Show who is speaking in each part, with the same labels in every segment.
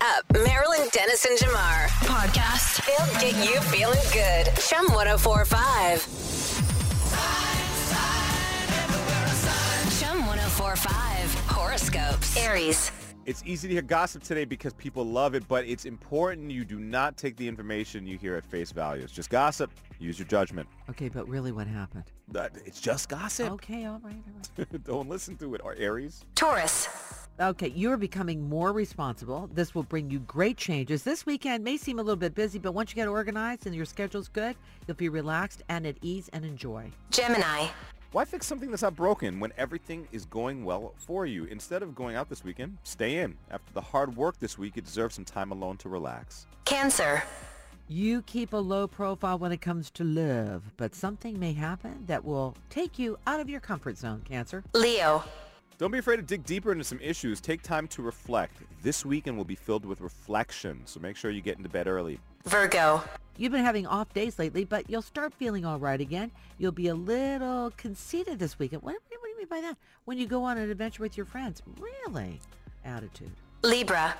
Speaker 1: up. Marilyn Dennis and Jamar.
Speaker 2: Podcast.
Speaker 1: They'll get you feeling good. Chum 1045. Chum 1045. Horoscopes. Aries.
Speaker 3: It's easy to hear gossip today because people love it, but it's important you do not take the information you hear at face value. It's just gossip. Use your judgment.
Speaker 4: Okay, but really what happened?
Speaker 3: Uh, It's just gossip.
Speaker 4: Okay, all right, all right.
Speaker 3: Don't listen to it. Or Aries.
Speaker 1: Taurus.
Speaker 4: Okay, you're becoming more responsible. This will bring you great changes. This weekend may seem a little bit busy, but once you get organized and your schedule's good, you'll be relaxed and at ease and enjoy.
Speaker 1: Gemini.
Speaker 3: Why fix something that's not broken when everything is going well for you? Instead of going out this weekend, stay in. After the hard work this week, you deserve some time alone to relax.
Speaker 1: Cancer.
Speaker 4: You keep a low profile when it comes to love, but something may happen that will take you out of your comfort zone, Cancer.
Speaker 1: Leo.
Speaker 3: Don't be afraid to dig deeper into some issues. Take time to reflect. This weekend will be filled with reflection, so make sure you get into bed early.
Speaker 1: Virgo.
Speaker 4: You've been having off days lately, but you'll start feeling all right again. You'll be a little conceited this weekend. What, what do you mean by that? When you go on an adventure with your friends. Really? Attitude.
Speaker 1: Libra.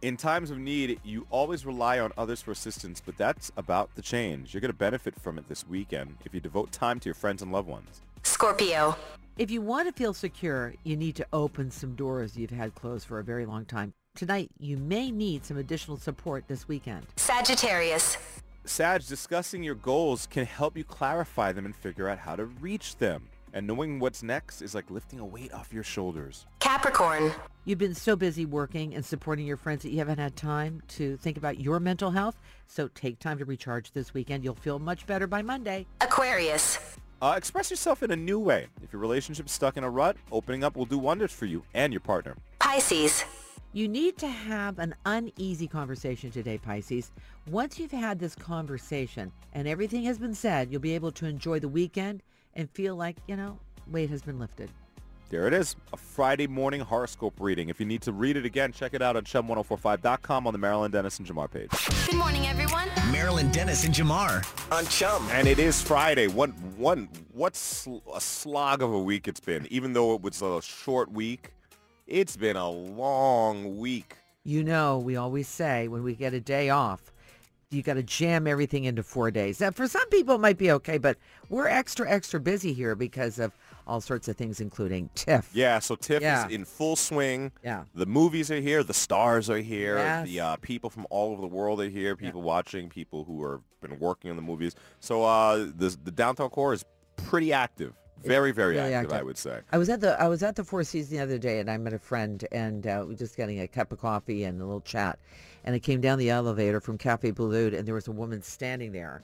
Speaker 3: In times of need, you always rely on others for assistance, but that's about the change. You're going to benefit from it this weekend if you devote time to your friends and loved ones.
Speaker 1: Scorpio.
Speaker 4: If you want to feel secure, you need to open some doors you've had closed for a very long time. Tonight, you may need some additional support this weekend.
Speaker 1: Sagittarius.
Speaker 3: Sag, discussing your goals can help you clarify them and figure out how to reach them. And knowing what's next is like lifting a weight off your shoulders.
Speaker 1: Capricorn.
Speaker 4: You've been so busy working and supporting your friends that you haven't had time to think about your mental health. So take time to recharge this weekend. You'll feel much better by Monday.
Speaker 1: Aquarius.
Speaker 3: Uh, express yourself in a new way. If your relationship's stuck in a rut, opening up will do wonders for you and your partner.
Speaker 1: Pisces.
Speaker 4: You need to have an uneasy conversation today, Pisces. Once you've had this conversation and everything has been said, you'll be able to enjoy the weekend and feel like, you know, weight has been lifted.
Speaker 3: There it is, a Friday morning horoscope reading. If you need to read it again, check it out on chum1045.com on the Maryland Dennis and Jamar page.
Speaker 2: Good morning, everyone.
Speaker 5: Marilyn Dennis and Jamar.
Speaker 6: on Chum.
Speaker 3: And it is Friday. What one what sl- a slog of a week it's been. Even though it was a short week, it's been a long week.
Speaker 4: You know, we always say when we get a day off, you got to jam everything into four days. Now, for some people, it might be okay, but we're extra, extra busy here because of all sorts of things, including TIFF.
Speaker 3: Yeah, so TIFF
Speaker 4: Yeah.
Speaker 3: is in full swing.
Speaker 4: Yeah.
Speaker 3: The movies are here. The stars are here.
Speaker 4: Yes.
Speaker 3: The uh, people from all over the world are here. People watching, people who are been working on the movies. So uh, the, the downtown core is pretty active. Very, very
Speaker 4: really
Speaker 3: active, I
Speaker 4: active.
Speaker 3: would say.
Speaker 4: I was at the I was at the Four Seasons the other day, and I met a friend, and uh, we were just getting a cup of coffee and a little chat. And I came down the elevator from Cafe Balud, and there was a woman standing there,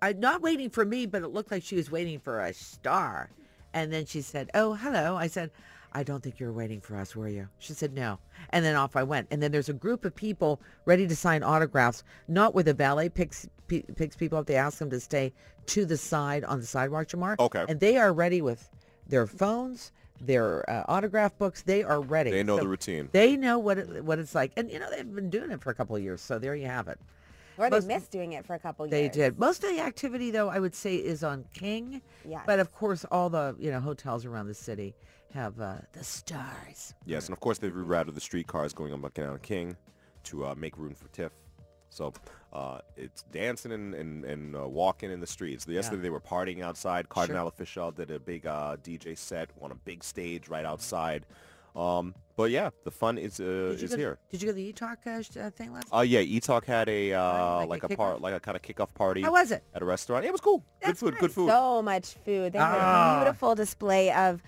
Speaker 4: I, not waiting for me, but it looked like she was waiting for a star. And then she said, "Oh, hello." I said, "I don't think you were waiting for us, were you?" She said, "No." And then off I went. And then there's a group of people ready to sign autographs, not where the valet picks p- picks people up. They ask them to stay to the side on the sidewalk, Jamar.
Speaker 3: Okay.
Speaker 4: And they are ready with their phones, their uh, autograph books. They are ready.
Speaker 3: They know the routine.
Speaker 4: They know what it, what it's like, and you know they've been doing it for a couple of years. So there you have it.
Speaker 7: Or they
Speaker 4: Most-
Speaker 7: missed doing it for a couple
Speaker 4: They
Speaker 7: years.
Speaker 4: did. Most of the activity, though, I would say, is on King.
Speaker 7: Yes.
Speaker 4: But of course, all the you know hotels around the city have uh, the stars.
Speaker 3: Yes, and of course they've rerouted the streetcars going up and down King to uh, make room for TIFF. So uh, it's dancing and, and, and uh, walking in the streets. Yesterday they were partying outside. Cardinal Official did a big uh, DJ set on a big stage right outside. Um, but yeah, the fun is uh,
Speaker 4: Did you
Speaker 3: is
Speaker 4: go,
Speaker 3: here.
Speaker 4: Did you go to the E-Talk uh, sh- uh, thing last?
Speaker 3: Uh, yeah, E-Talk had a uh,
Speaker 4: Like
Speaker 3: like,
Speaker 4: a
Speaker 3: a,
Speaker 4: kickoff?
Speaker 3: part like a kind of kickoff party.
Speaker 4: How was it? Oh.
Speaker 3: At a restaurant. It was cool. good food. Good food.
Speaker 7: So much food. They had
Speaker 4: Ah.
Speaker 7: a beautiful display of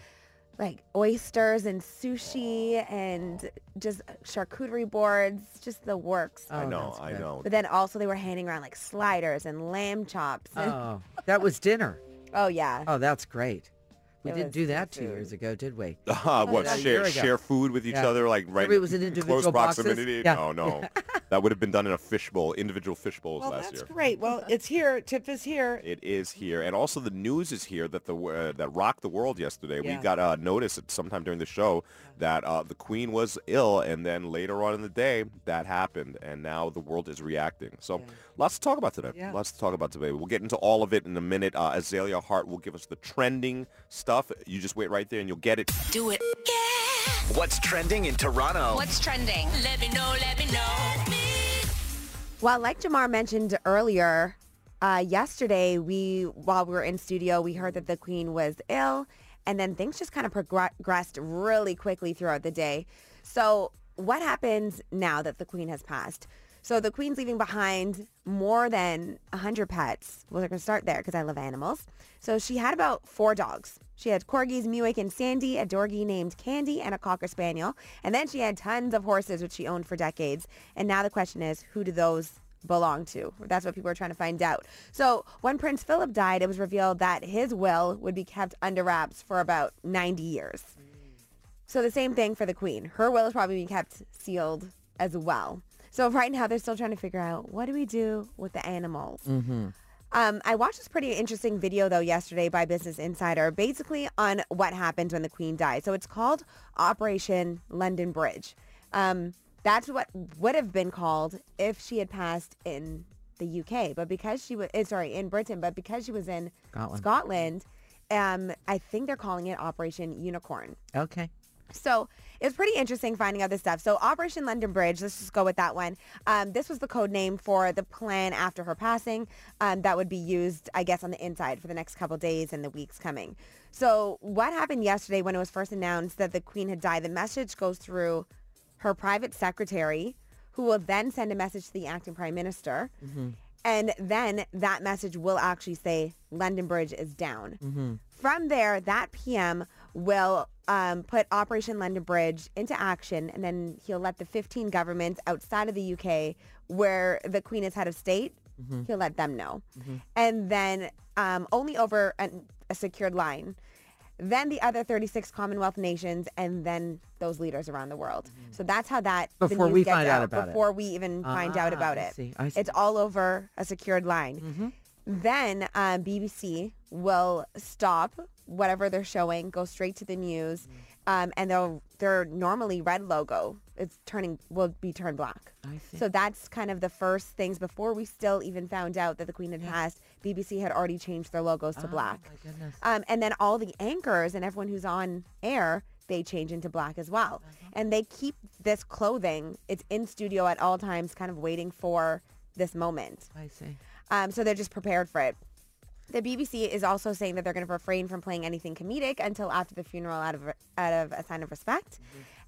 Speaker 7: like oysters and sushi and just charcuterie boards, just the works.
Speaker 3: I
Speaker 4: Oh,
Speaker 3: know.
Speaker 4: that's
Speaker 3: I
Speaker 4: good.
Speaker 3: know.
Speaker 7: But then also they were handing around like sliders and lamb chops. And, oh.
Speaker 4: Oh, that was dinner.
Speaker 7: yeah.
Speaker 4: Oh, that's great. We
Speaker 7: It
Speaker 4: didn't
Speaker 7: was
Speaker 4: do that
Speaker 7: good
Speaker 4: two years
Speaker 7: food.
Speaker 4: ago, did we?
Speaker 3: Uh, what
Speaker 4: yeah, a
Speaker 3: share
Speaker 4: year ago.
Speaker 3: share food with each
Speaker 4: Yeah.
Speaker 3: other like right?
Speaker 4: Everybody was in
Speaker 3: in close
Speaker 4: individual boxes?
Speaker 3: proximity.
Speaker 4: Yeah.
Speaker 3: No, no, that would have been done in a fishbowl, individual fishbowls last year.
Speaker 4: great. Well, it's here. Tip is here.
Speaker 3: It is here, and also the news is here that the uh, that rocked the world yesterday.
Speaker 4: Yeah.
Speaker 3: We got a notice at sometime during the show that uh, the Queen was ill, and then later on in the day that happened, and now the world is reacting. So, lots to talk about today.
Speaker 4: Yeah.
Speaker 3: Lots to talk about today. We'll get into all of it in a minute. Uh, Azalea Hart will give us the trending stuff. You just wait right there, and you'll get it.
Speaker 2: Do it. Yeah.
Speaker 5: What's trending in Toronto?
Speaker 2: What's trending? Let me know, let me know.
Speaker 7: Well, like Jamar mentioned earlier, uh, yesterday we, while we were in studio, we heard that the queen was ill, and then things just kind of progressed really quickly throughout the day. So, what happens now that the queen has passed? So the queen's leaving behind more than 100 pets. We're going to start there because I love animals. So she had about four dogs. She had corgis, Muick, and Sandy, a dorgie named Candy, and a cocker spaniel. And then she had tons of horses, which she owned for decades. And now the question is, who do those belong to? That's what people are trying to find out. So when Prince Philip died, it was revealed that his will would be kept under wraps for about 90 years. So the same thing for the queen. Her will is probably being kept sealed as well. So right now they're still trying to figure out what do we do with the animals. Um, I watched this pretty interesting video though yesterday by Business Insider, basically on what happens when the queen dies. So it's called Operation London Bridge. Um, that's what would have been called if she had passed in the UK, but because she was sorry in Britain, but because she was in
Speaker 4: Scotland.
Speaker 7: Scotland um, I think they're calling it Operation Unicorn.
Speaker 4: Okay.
Speaker 7: So it was pretty interesting finding out this stuff. So Operation London Bridge, let's just go with that one. Um, this was the code name for the plan after her passing um, that would be used, I guess, on the inside for the next couple days and the weeks coming. So what happened yesterday when it was first announced that the Queen had died? The message goes through her private secretary, who will then send a message to the acting prime minister. And then that message will actually say London Bridge is down.
Speaker 4: Mm-hmm.
Speaker 7: From there, that PM will um, put Operation London Bridge into action, and then he'll let the 15 governments outside of the UK, where the Queen is head of state,
Speaker 4: Mm-hmm.
Speaker 7: he'll let them know. And then um, only over an, a secured line then the other 36 Commonwealth nations, and then those leaders around the world. So that's how that the
Speaker 4: Mm-hmm. Before
Speaker 7: news
Speaker 4: we
Speaker 7: gets
Speaker 4: find out about it.
Speaker 7: before we even find out
Speaker 4: Ah,
Speaker 7: about
Speaker 4: I
Speaker 7: it.
Speaker 4: see, I see. Mm-hmm.
Speaker 7: It's all over a secured line. Then um, BBC will stop whatever they're showing, go straight to the news,
Speaker 4: Mm.
Speaker 7: um, and they'll their normally red logo it's turning will be turned black.
Speaker 4: I see.
Speaker 7: So that's kind of the first things before we still even found out that the Queen had passed. BBC had already changed their logos
Speaker 4: Ah,
Speaker 7: to black.
Speaker 4: Oh, my goodness.
Speaker 7: Um, and then all the anchors and everyone who's on air, they change into black as well. And they keep this clothing. It's in studio at all times, kind of waiting for this moment.
Speaker 4: I see.
Speaker 7: Um, so they're just prepared for it. The BBC is also saying that they're going to refrain from playing anything comedic until after the funeral out of, out of a sign of respect.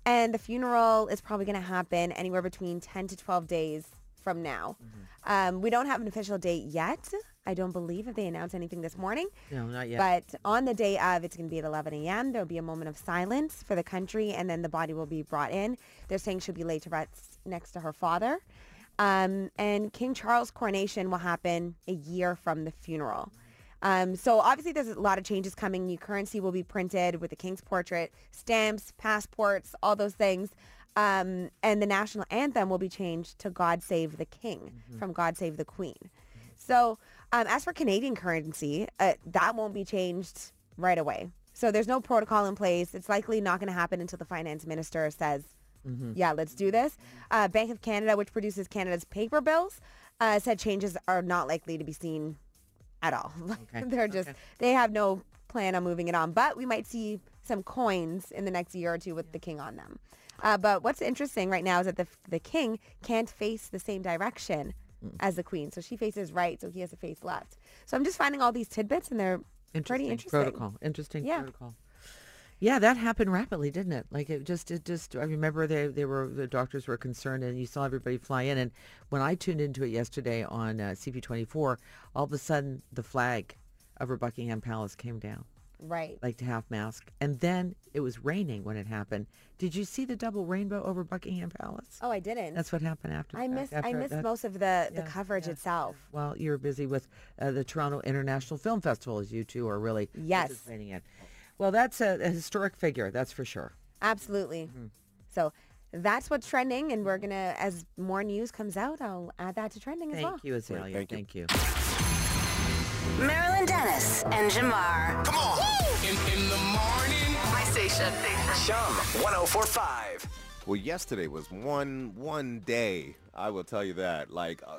Speaker 7: And the funeral is probably going to happen anywhere between 10 to 12 days from now. Um, we don't have an official date yet. I don't believe if they announced anything this morning.
Speaker 4: No, not yet.
Speaker 7: But on the day of, it's going to be at 11 a.m. There'll be a moment of silence for the country, and then the body will be brought in. They're saying she'll be laid to rest next to her father. Um, and King Charles' coronation will happen a year from the funeral. Um, so obviously there's a lot of changes coming. New currency will be printed with the king's portrait, stamps, passports, all those things. Um, and the national anthem will be changed to God Save the King
Speaker 4: Mm-hmm.
Speaker 7: from God Save the Queen. So um, as for Canadian currency, uh, that won't be changed right away. So there's no protocol in place. It's likely not going to happen until the finance minister says, yeah, let's do this. Uh, Bank of Canada, which produces Canada's paper bills, uh, said changes are not likely to be seen at all. Like, They're just, they have no plan on moving it on. But we might see some coins in the next year or two with the king on them. Uh, but what's interesting right now is that the, the king can't face the same direction
Speaker 4: Hmm.
Speaker 7: as the queen. So she faces right, so he has to face left. So I'm just finding all these tidbits and they're pretty interesting.
Speaker 4: protocol. Interesting
Speaker 7: Yeah.
Speaker 4: protocol. Yeah, that happened rapidly, didn't it? Like it just, it just. I remember they, they were the doctors were concerned, and you saw everybody fly in. And when I tuned into it yesterday on uh, CP24, all of a sudden the flag over Buckingham Palace came down,
Speaker 7: Right.
Speaker 4: like to half mast, and then it was raining when it happened. Did you see the double rainbow over Buckingham Palace?
Speaker 7: Oh, I didn't.
Speaker 4: That's what happened after.
Speaker 7: I
Speaker 4: the fact,
Speaker 7: missed I
Speaker 4: after
Speaker 7: missed
Speaker 4: that-
Speaker 7: most of the, the
Speaker 4: yeah,
Speaker 7: coverage
Speaker 4: yeah.
Speaker 7: itself.
Speaker 4: Well, you're busy with uh, the Toronto International Film Festival, as you two are really
Speaker 7: Yes.
Speaker 4: participating in. Well, that's a, a historic figure, that's for sure.
Speaker 7: Absolutely. So that's what's trending, and we're gonna as more news comes out, I'll add that to trending as
Speaker 4: Thank
Speaker 7: well.
Speaker 4: you, Azalea.
Speaker 3: thank you.
Speaker 4: Thank you.
Speaker 1: Marilyn Dennis and Jamar.
Speaker 5: Come on. In, in the morning.
Speaker 6: My station.
Speaker 5: Chum 1045.
Speaker 3: Well, yesterday was one one day. I will tell you that. Like, uh,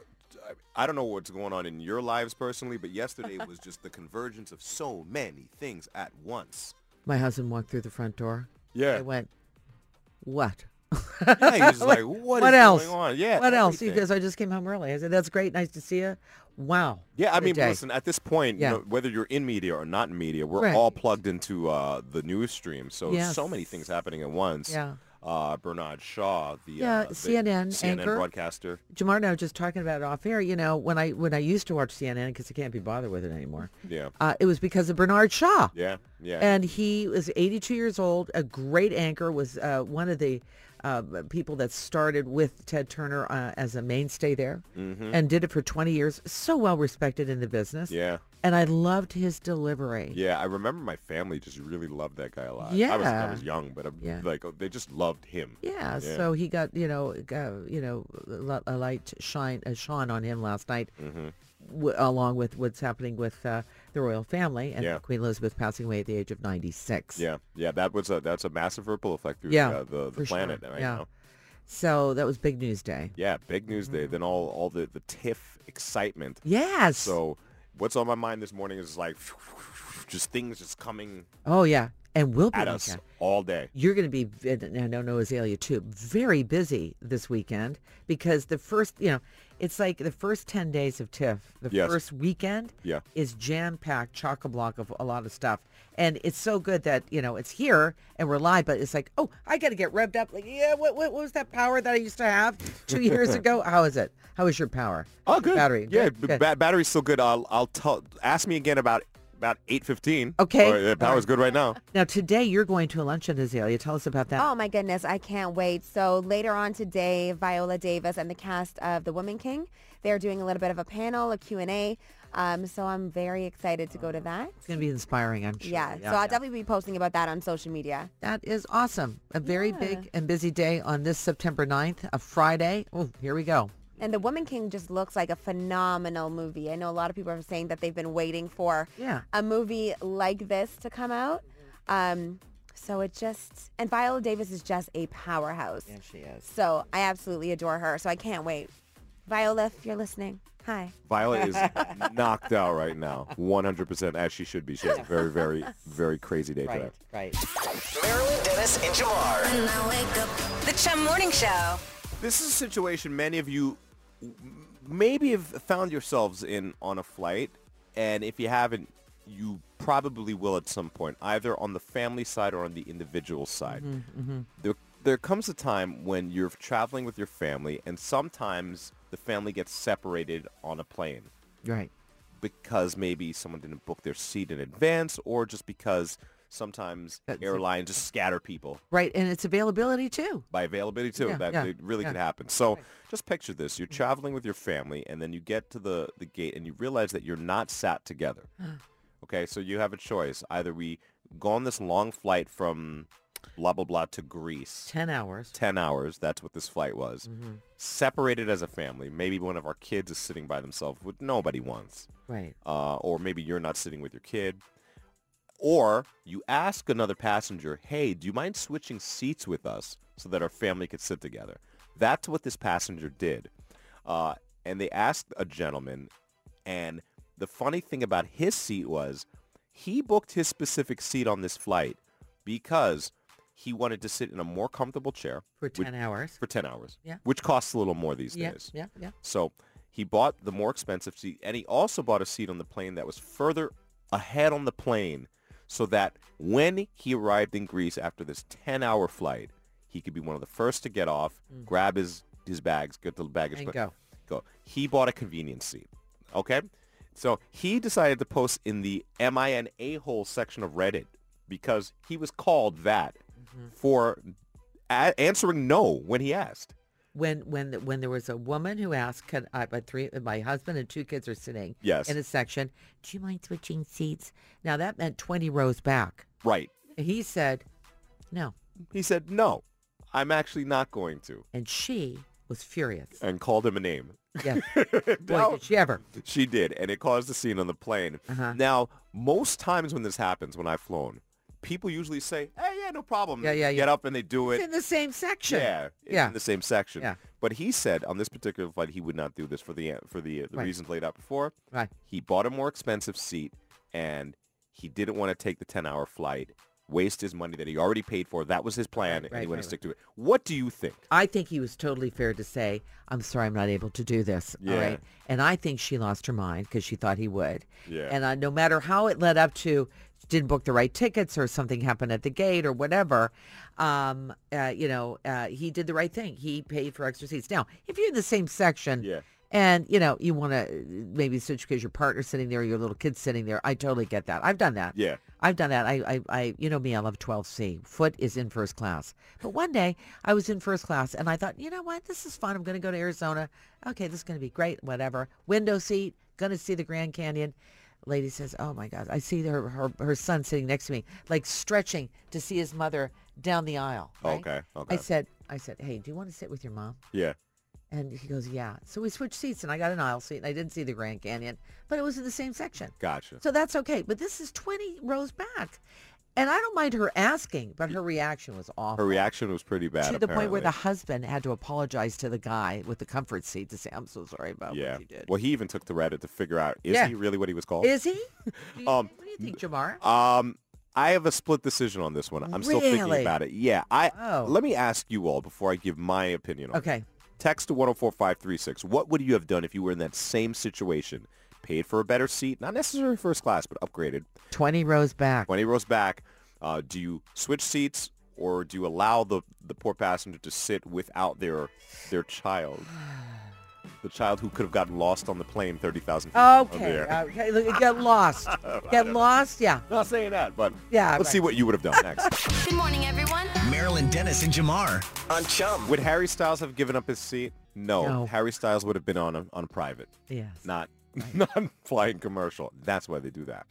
Speaker 3: I I don't know what's going on in your lives personally, but yesterday was just the convergence of so many things at once.
Speaker 4: My husband walked through the front door.
Speaker 3: Yeah.
Speaker 4: I went, what?
Speaker 3: Yeah, he was like, what is
Speaker 4: else?
Speaker 3: going on? Yeah,
Speaker 4: What else? He
Speaker 3: everything.
Speaker 4: goes, I just came home early. I said, that's great. Nice to see you. Wow.
Speaker 3: Yeah, I
Speaker 4: What a
Speaker 3: mean, but
Speaker 4: day.
Speaker 3: listen, at this point,
Speaker 4: Yeah.
Speaker 3: you know, whether you're in media or not in media, we're
Speaker 4: Right.
Speaker 3: all plugged into uh, the news stream. So so
Speaker 4: Yes.
Speaker 3: many things happening at once.
Speaker 4: Yeah.
Speaker 3: Uh, Bernard Shaw, the,
Speaker 4: Yeah,
Speaker 3: uh, the
Speaker 4: CNN
Speaker 3: CNN
Speaker 4: anchor.
Speaker 3: broadcaster.
Speaker 4: Jamar and I were just talking about it off air. You know, when I when I used to watch CNN because I can't be bothered with it anymore,
Speaker 3: Yeah.
Speaker 4: uh, it was because of Bernard Shaw.
Speaker 3: Yeah. Yeah.
Speaker 4: And he was 82 years old, a great anchor, was uh, one of the uh, people that started with Ted Turner uh, as a mainstay there
Speaker 3: Mm-hmm.
Speaker 4: and did it for 20 years. So well respected in the business.
Speaker 3: yeah.
Speaker 4: And I loved his delivery.
Speaker 3: Yeah, I remember my family just really loved that guy a lot. I was, I
Speaker 4: Yeah.
Speaker 3: was young, but I'm,
Speaker 4: Yeah.
Speaker 3: like uh, they just loved him.
Speaker 4: Yeah,
Speaker 3: Yeah.
Speaker 4: so he got you know uh, you know l- a light shine a shine on him last night,
Speaker 3: Mm-hmm.
Speaker 4: w- along with what's happening with uh, the royal family and
Speaker 3: Yeah.
Speaker 4: Queen Elizabeth passing away at the age of ninety six.
Speaker 3: Yeah, yeah, that was a that's a massive ripple effect through
Speaker 4: Yeah,
Speaker 3: uh, the the
Speaker 4: for sure.
Speaker 3: planet right
Speaker 4: Yeah.
Speaker 3: now.
Speaker 4: So that was big news day.
Speaker 3: Yeah, big news day. Then all all the the TIFF excitement.
Speaker 4: Mm-hmm. Yes.
Speaker 3: So what's on my mind this morning is like just things just coming
Speaker 4: oh yeah, and we'll be
Speaker 3: at
Speaker 4: like
Speaker 3: us
Speaker 4: that.
Speaker 3: all day.
Speaker 4: You're going to be, and I know Noah Azalea too, very busy this weekend because the first, you know, it's like the first 10 days of TIFF, the
Speaker 3: Yes.
Speaker 4: first weekend
Speaker 3: Yeah.
Speaker 4: is jam-packed, chock-a-block of a lot of stuff. And it's so good that, you know, it's here and we're live, but it's like, oh, I got to get revved up. Like, yeah, what, what, what was that power that I used to have two years ago? How is it? How is your power?
Speaker 3: Oh, good.
Speaker 4: Battery.
Speaker 3: Yeah,
Speaker 4: Good,
Speaker 3: b-
Speaker 4: good.
Speaker 3: ba- battery's still good. I'll I'll tell. Ask me again about about eight fifteen.
Speaker 4: Okay.
Speaker 3: Or, uh, power's good right now.
Speaker 4: now, today you're going to a luncheon, Azalea. Tell us about that.
Speaker 7: Oh my goodness, I can't wait. So later on today, Viola Davis and the cast of The Woman King, they're doing a little bit of a panel, a Q&A. Um, so I'm very excited to go to that.
Speaker 4: It's going to be inspiring, I'm sure.
Speaker 7: Yeah, so I'll definitely be posting about that on social media.
Speaker 4: That is awesome. A very big and busy day on this September 9th, a Friday. Oh, here we go.
Speaker 7: And The Woman King just looks like a phenomenal movie. I know a lot of people are saying that they've been waiting for
Speaker 4: Yeah.
Speaker 7: a movie like this to come out. Um, so it just, and Viola Davis is just a powerhouse.
Speaker 4: she is.
Speaker 7: So I absolutely adore her. So I can't wait. Viola, if you're listening, hi.
Speaker 3: Viola is knocked out right now, 100% as she should be. She has a very, very, very crazy day today.
Speaker 4: Right, right.
Speaker 5: Marilyn, Dennis, and Jamar.
Speaker 2: When I wake up,
Speaker 1: The Chum Morning Show.
Speaker 3: This is a situation many of you m- maybe have found yourselves in on a flight, and if you haven't, you probably will at some point, either on the family side or on the individual side. There, there comes a time when you're traveling with your family, and sometimes the family gets separated on a plane
Speaker 4: Right.
Speaker 3: because maybe someone didn't book their seat in advance or just because sometimes
Speaker 4: That's it.
Speaker 3: airlines just scatter people
Speaker 4: Right. And it's availability too.
Speaker 3: by availability too.
Speaker 4: Yeah,
Speaker 3: that
Speaker 4: yeah,
Speaker 3: it really
Speaker 4: yeah. Mm.
Speaker 3: could happen. So just picture this. You're traveling with your family and then you get to the, the gate and you realize that you're not sat together. okay, so you have a choice. Either we go on this long flight from blah, blah, blah to Greece.
Speaker 4: 10 hours.
Speaker 3: 10 hours. That's what this flight was.
Speaker 4: Mm-hmm.
Speaker 3: Separated as a family. Maybe one of our kids is sitting by themselves, which nobody wants
Speaker 4: Right.
Speaker 3: uh, or maybe you're not sitting with your kid. Or you ask another passenger, hey, do you mind switching seats with us so that our family could sit together? That's what this passenger did. Uh, and they asked a gentleman, and the funny thing about his seat was he booked his specific seat on this flight because he wanted to sit in a more comfortable chair
Speaker 4: For
Speaker 3: which-
Speaker 4: 10 hours.
Speaker 3: for 10 hours,
Speaker 4: Yeah.
Speaker 3: which costs a little more these
Speaker 4: Yeah.
Speaker 3: days.
Speaker 4: Yeah. Yeah.
Speaker 3: So he bought the more expensive seat, and he also bought a seat on the plane that was further ahead on the plane so that when he arrived in Greece after this 10-hour flight, he could be one of the first to get off, grab his, his bags, get the baggage.
Speaker 4: Mm. And
Speaker 3: claim-
Speaker 4: go.
Speaker 3: Go. He bought a convenience seat. Okay? So he decided to post in the MIN a-hole section of Reddit because he was called that
Speaker 4: Mm-hmm.
Speaker 3: for a- answering no when he asked.
Speaker 4: When when the- when there was a woman who asked, "Can I? My three, my husband and two kids are sitting
Speaker 3: Yes.
Speaker 4: in a section. Do you mind switching seats?" Now that meant twenty rows back.
Speaker 3: Right.
Speaker 4: He said, "No,"
Speaker 3: He said, no, I'm actually not going to.
Speaker 4: and she was furious.
Speaker 3: And called him a name.
Speaker 4: Yes. Boy, did she ever.
Speaker 3: She did. And it caused a scene on the plane.
Speaker 4: Uh-huh.
Speaker 3: Now, most times when this happens, when I've flown, people usually say, hey, yeah, no problem.
Speaker 4: Yeah, yeah,
Speaker 3: Get
Speaker 4: yeah.
Speaker 3: up and they do
Speaker 4: It's
Speaker 3: it.
Speaker 4: in the same section.
Speaker 3: Yeah, it's
Speaker 4: Yeah.
Speaker 3: in the same section.
Speaker 4: Yeah.
Speaker 3: But he said on this particular flight he would not do this for the for the, the
Speaker 4: Right.
Speaker 3: reasons laid out before.
Speaker 4: Right.
Speaker 3: He bought a more expensive seat and he didn't want to take the 10-hour flight waste his money that he already paid for. That was his plan, and he
Speaker 4: right,
Speaker 3: went
Speaker 4: right.
Speaker 3: to stick to it. What do you think?
Speaker 4: I think he was totally fair to say, I'm sorry I'm not able to do this. All
Speaker 3: Yeah.
Speaker 4: right. And I think she lost her mind because she thought he would.
Speaker 3: Yeah.
Speaker 4: And uh, no matter how it led up to, didn't book the right tickets or something happened at the gate or whatever, um, uh, you know, uh, he did the right thing. He paid for extra seats. Now, if you're in the same section
Speaker 3: Yeah.
Speaker 4: and, you know, you want to maybe switch because your partner's sitting there, your little kid's sitting there, I totally get that. I've done that.
Speaker 3: Yeah.
Speaker 4: I've done that. I, I, I, you know me, I love 12C. Foot is in first class. But one day I was in first class and I thought, you know what? This is fun. I'm going to go to Arizona. Okay, this is going to be great. Whatever. Window seat. Going to see the Grand Canyon. Lady says, oh my God. I see her, her, her son sitting next to me, like stretching to see his mother down the aisle. right?
Speaker 3: Okay, okay.
Speaker 4: I said, I said, hey, do you want to sit with your mom?
Speaker 3: Yeah.
Speaker 4: And he goes, yeah. So we switched seats and I got an aisle seat and I didn't see the Grand Canyon, but it was in the same section.
Speaker 3: Gotcha.
Speaker 4: So that's okay. But this is 20 rows back. And I don't mind her asking, but her reaction was awful.
Speaker 3: Her reaction was pretty bad.
Speaker 4: to the point where the
Speaker 3: apparently.
Speaker 4: husband had to apologize to the guy with the comfort seat to say, I'm so sorry about
Speaker 3: yeah.
Speaker 4: what you did.
Speaker 3: Well, he even took the Reddit to figure out is
Speaker 4: Yeah.
Speaker 3: he really what he was called?
Speaker 4: Is he? Do you
Speaker 3: Um,
Speaker 4: think- what do you think, Jamar?
Speaker 3: Um, I have a split decision on this one. I'm still thinking
Speaker 4: Really?
Speaker 3: about it. Yeah, I
Speaker 4: Oh.
Speaker 3: let me ask you all before I give my opinion on it.
Speaker 4: okay.
Speaker 3: Text to 104536. What would you have done if you were in that same situation? Paid for a better seat, not necessarily first class, but upgraded.
Speaker 4: 20 rows back.
Speaker 3: 20 rows back. Uh, do you switch seats or do you allow the, the poor passenger to sit without their their child? The child who could have gotten lost on the plane 30,000 feet. up in the
Speaker 4: Okay. uh,
Speaker 3: air.
Speaker 4: okay. Look, get lost. Get lost. Yeah.
Speaker 3: Not saying that, but
Speaker 4: Yeah,
Speaker 3: let's
Speaker 4: right.
Speaker 3: see what you would have done next.
Speaker 2: Good morning, everyone.
Speaker 5: Marilyn Dennis and Jamar on Chum.
Speaker 3: Would Harry Styles have given up his seat? No.
Speaker 4: No.
Speaker 3: Harry Styles would have been on a, on private,
Speaker 4: Yes.
Speaker 3: not not flying commercial. That's why they do that.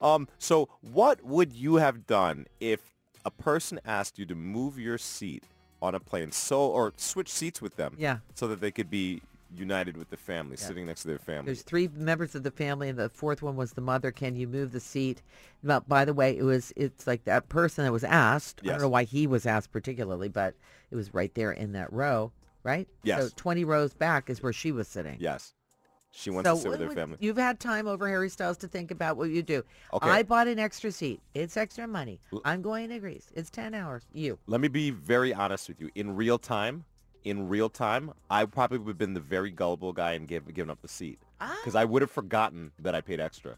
Speaker 3: Um, so what would you have done if a person asked you to move your seat on a plane, so or switch seats with them,
Speaker 4: Yeah.
Speaker 3: so that they could be united with the family, sitting next to their family?
Speaker 4: There's three members of the family, and the fourth one was the mother. Can you move the seat? Well, by the way, it was it's like that person that was asked. I
Speaker 3: Yes.
Speaker 4: don't know why he was asked particularly, but it was right there in that row, right? So
Speaker 3: Yes.
Speaker 4: 20 rows back is where she was sitting.
Speaker 3: Yes, she wants
Speaker 4: So
Speaker 3: to sit with
Speaker 4: what
Speaker 3: her
Speaker 4: would-
Speaker 3: family.
Speaker 4: you've had time over Harry Styles to think about what you do.
Speaker 3: Okay.
Speaker 4: I bought an extra seat. It's extra money. I'm going to Greece. It's 10 hours. You.
Speaker 3: Let me be very honest with you. In real time, in real time, I probably would have been the very gullible guy and give, given up the seat.
Speaker 4: Ah.
Speaker 3: Because I would have forgotten that I paid extra.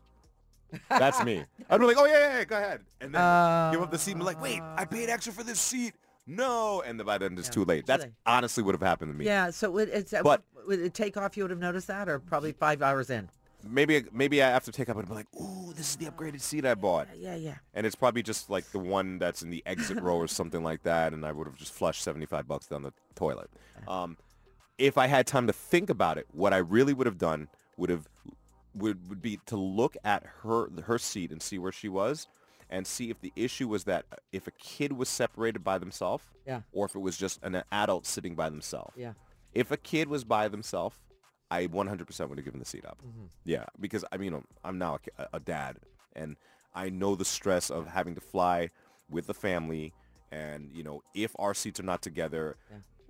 Speaker 3: That's me. I'd be like, oh, yeah, yeah, yeah, go ahead. And then
Speaker 4: Uh,
Speaker 3: give up the seat and be like, wait, I paid extra for this seat. No. And then by then it's too late. That's
Speaker 4: late.
Speaker 3: honestly would have happened to me.
Speaker 4: Yeah. So would- it's, uh,
Speaker 3: But-
Speaker 4: would it take off? You would have noticed that, or probably five hours in.
Speaker 3: Maybe maybe I have to take up and be like, ooh, this is the upgraded seat I bought.
Speaker 4: Yeah. Yeah.
Speaker 3: And it's probably just like the one that's in the exit row or something like that, and I would have just flushed 75 bucks down the toilet. Um, if I had time to think about it, what I really would have done would have would, would be to look at her her seat and see where she was and see if the issue was that if a kid was separated by themselves
Speaker 4: Yeah.
Speaker 3: or if it was just an adult sitting by themselves.
Speaker 4: Yeah.
Speaker 3: If a kid was by themselves, I 100% would have given the seat up.
Speaker 4: Mm-hmm.
Speaker 3: Yeah, because I mean, I'm now a ki- a, a dad, and I know the stress of having to fly with the family, and you know, if our seats are not together.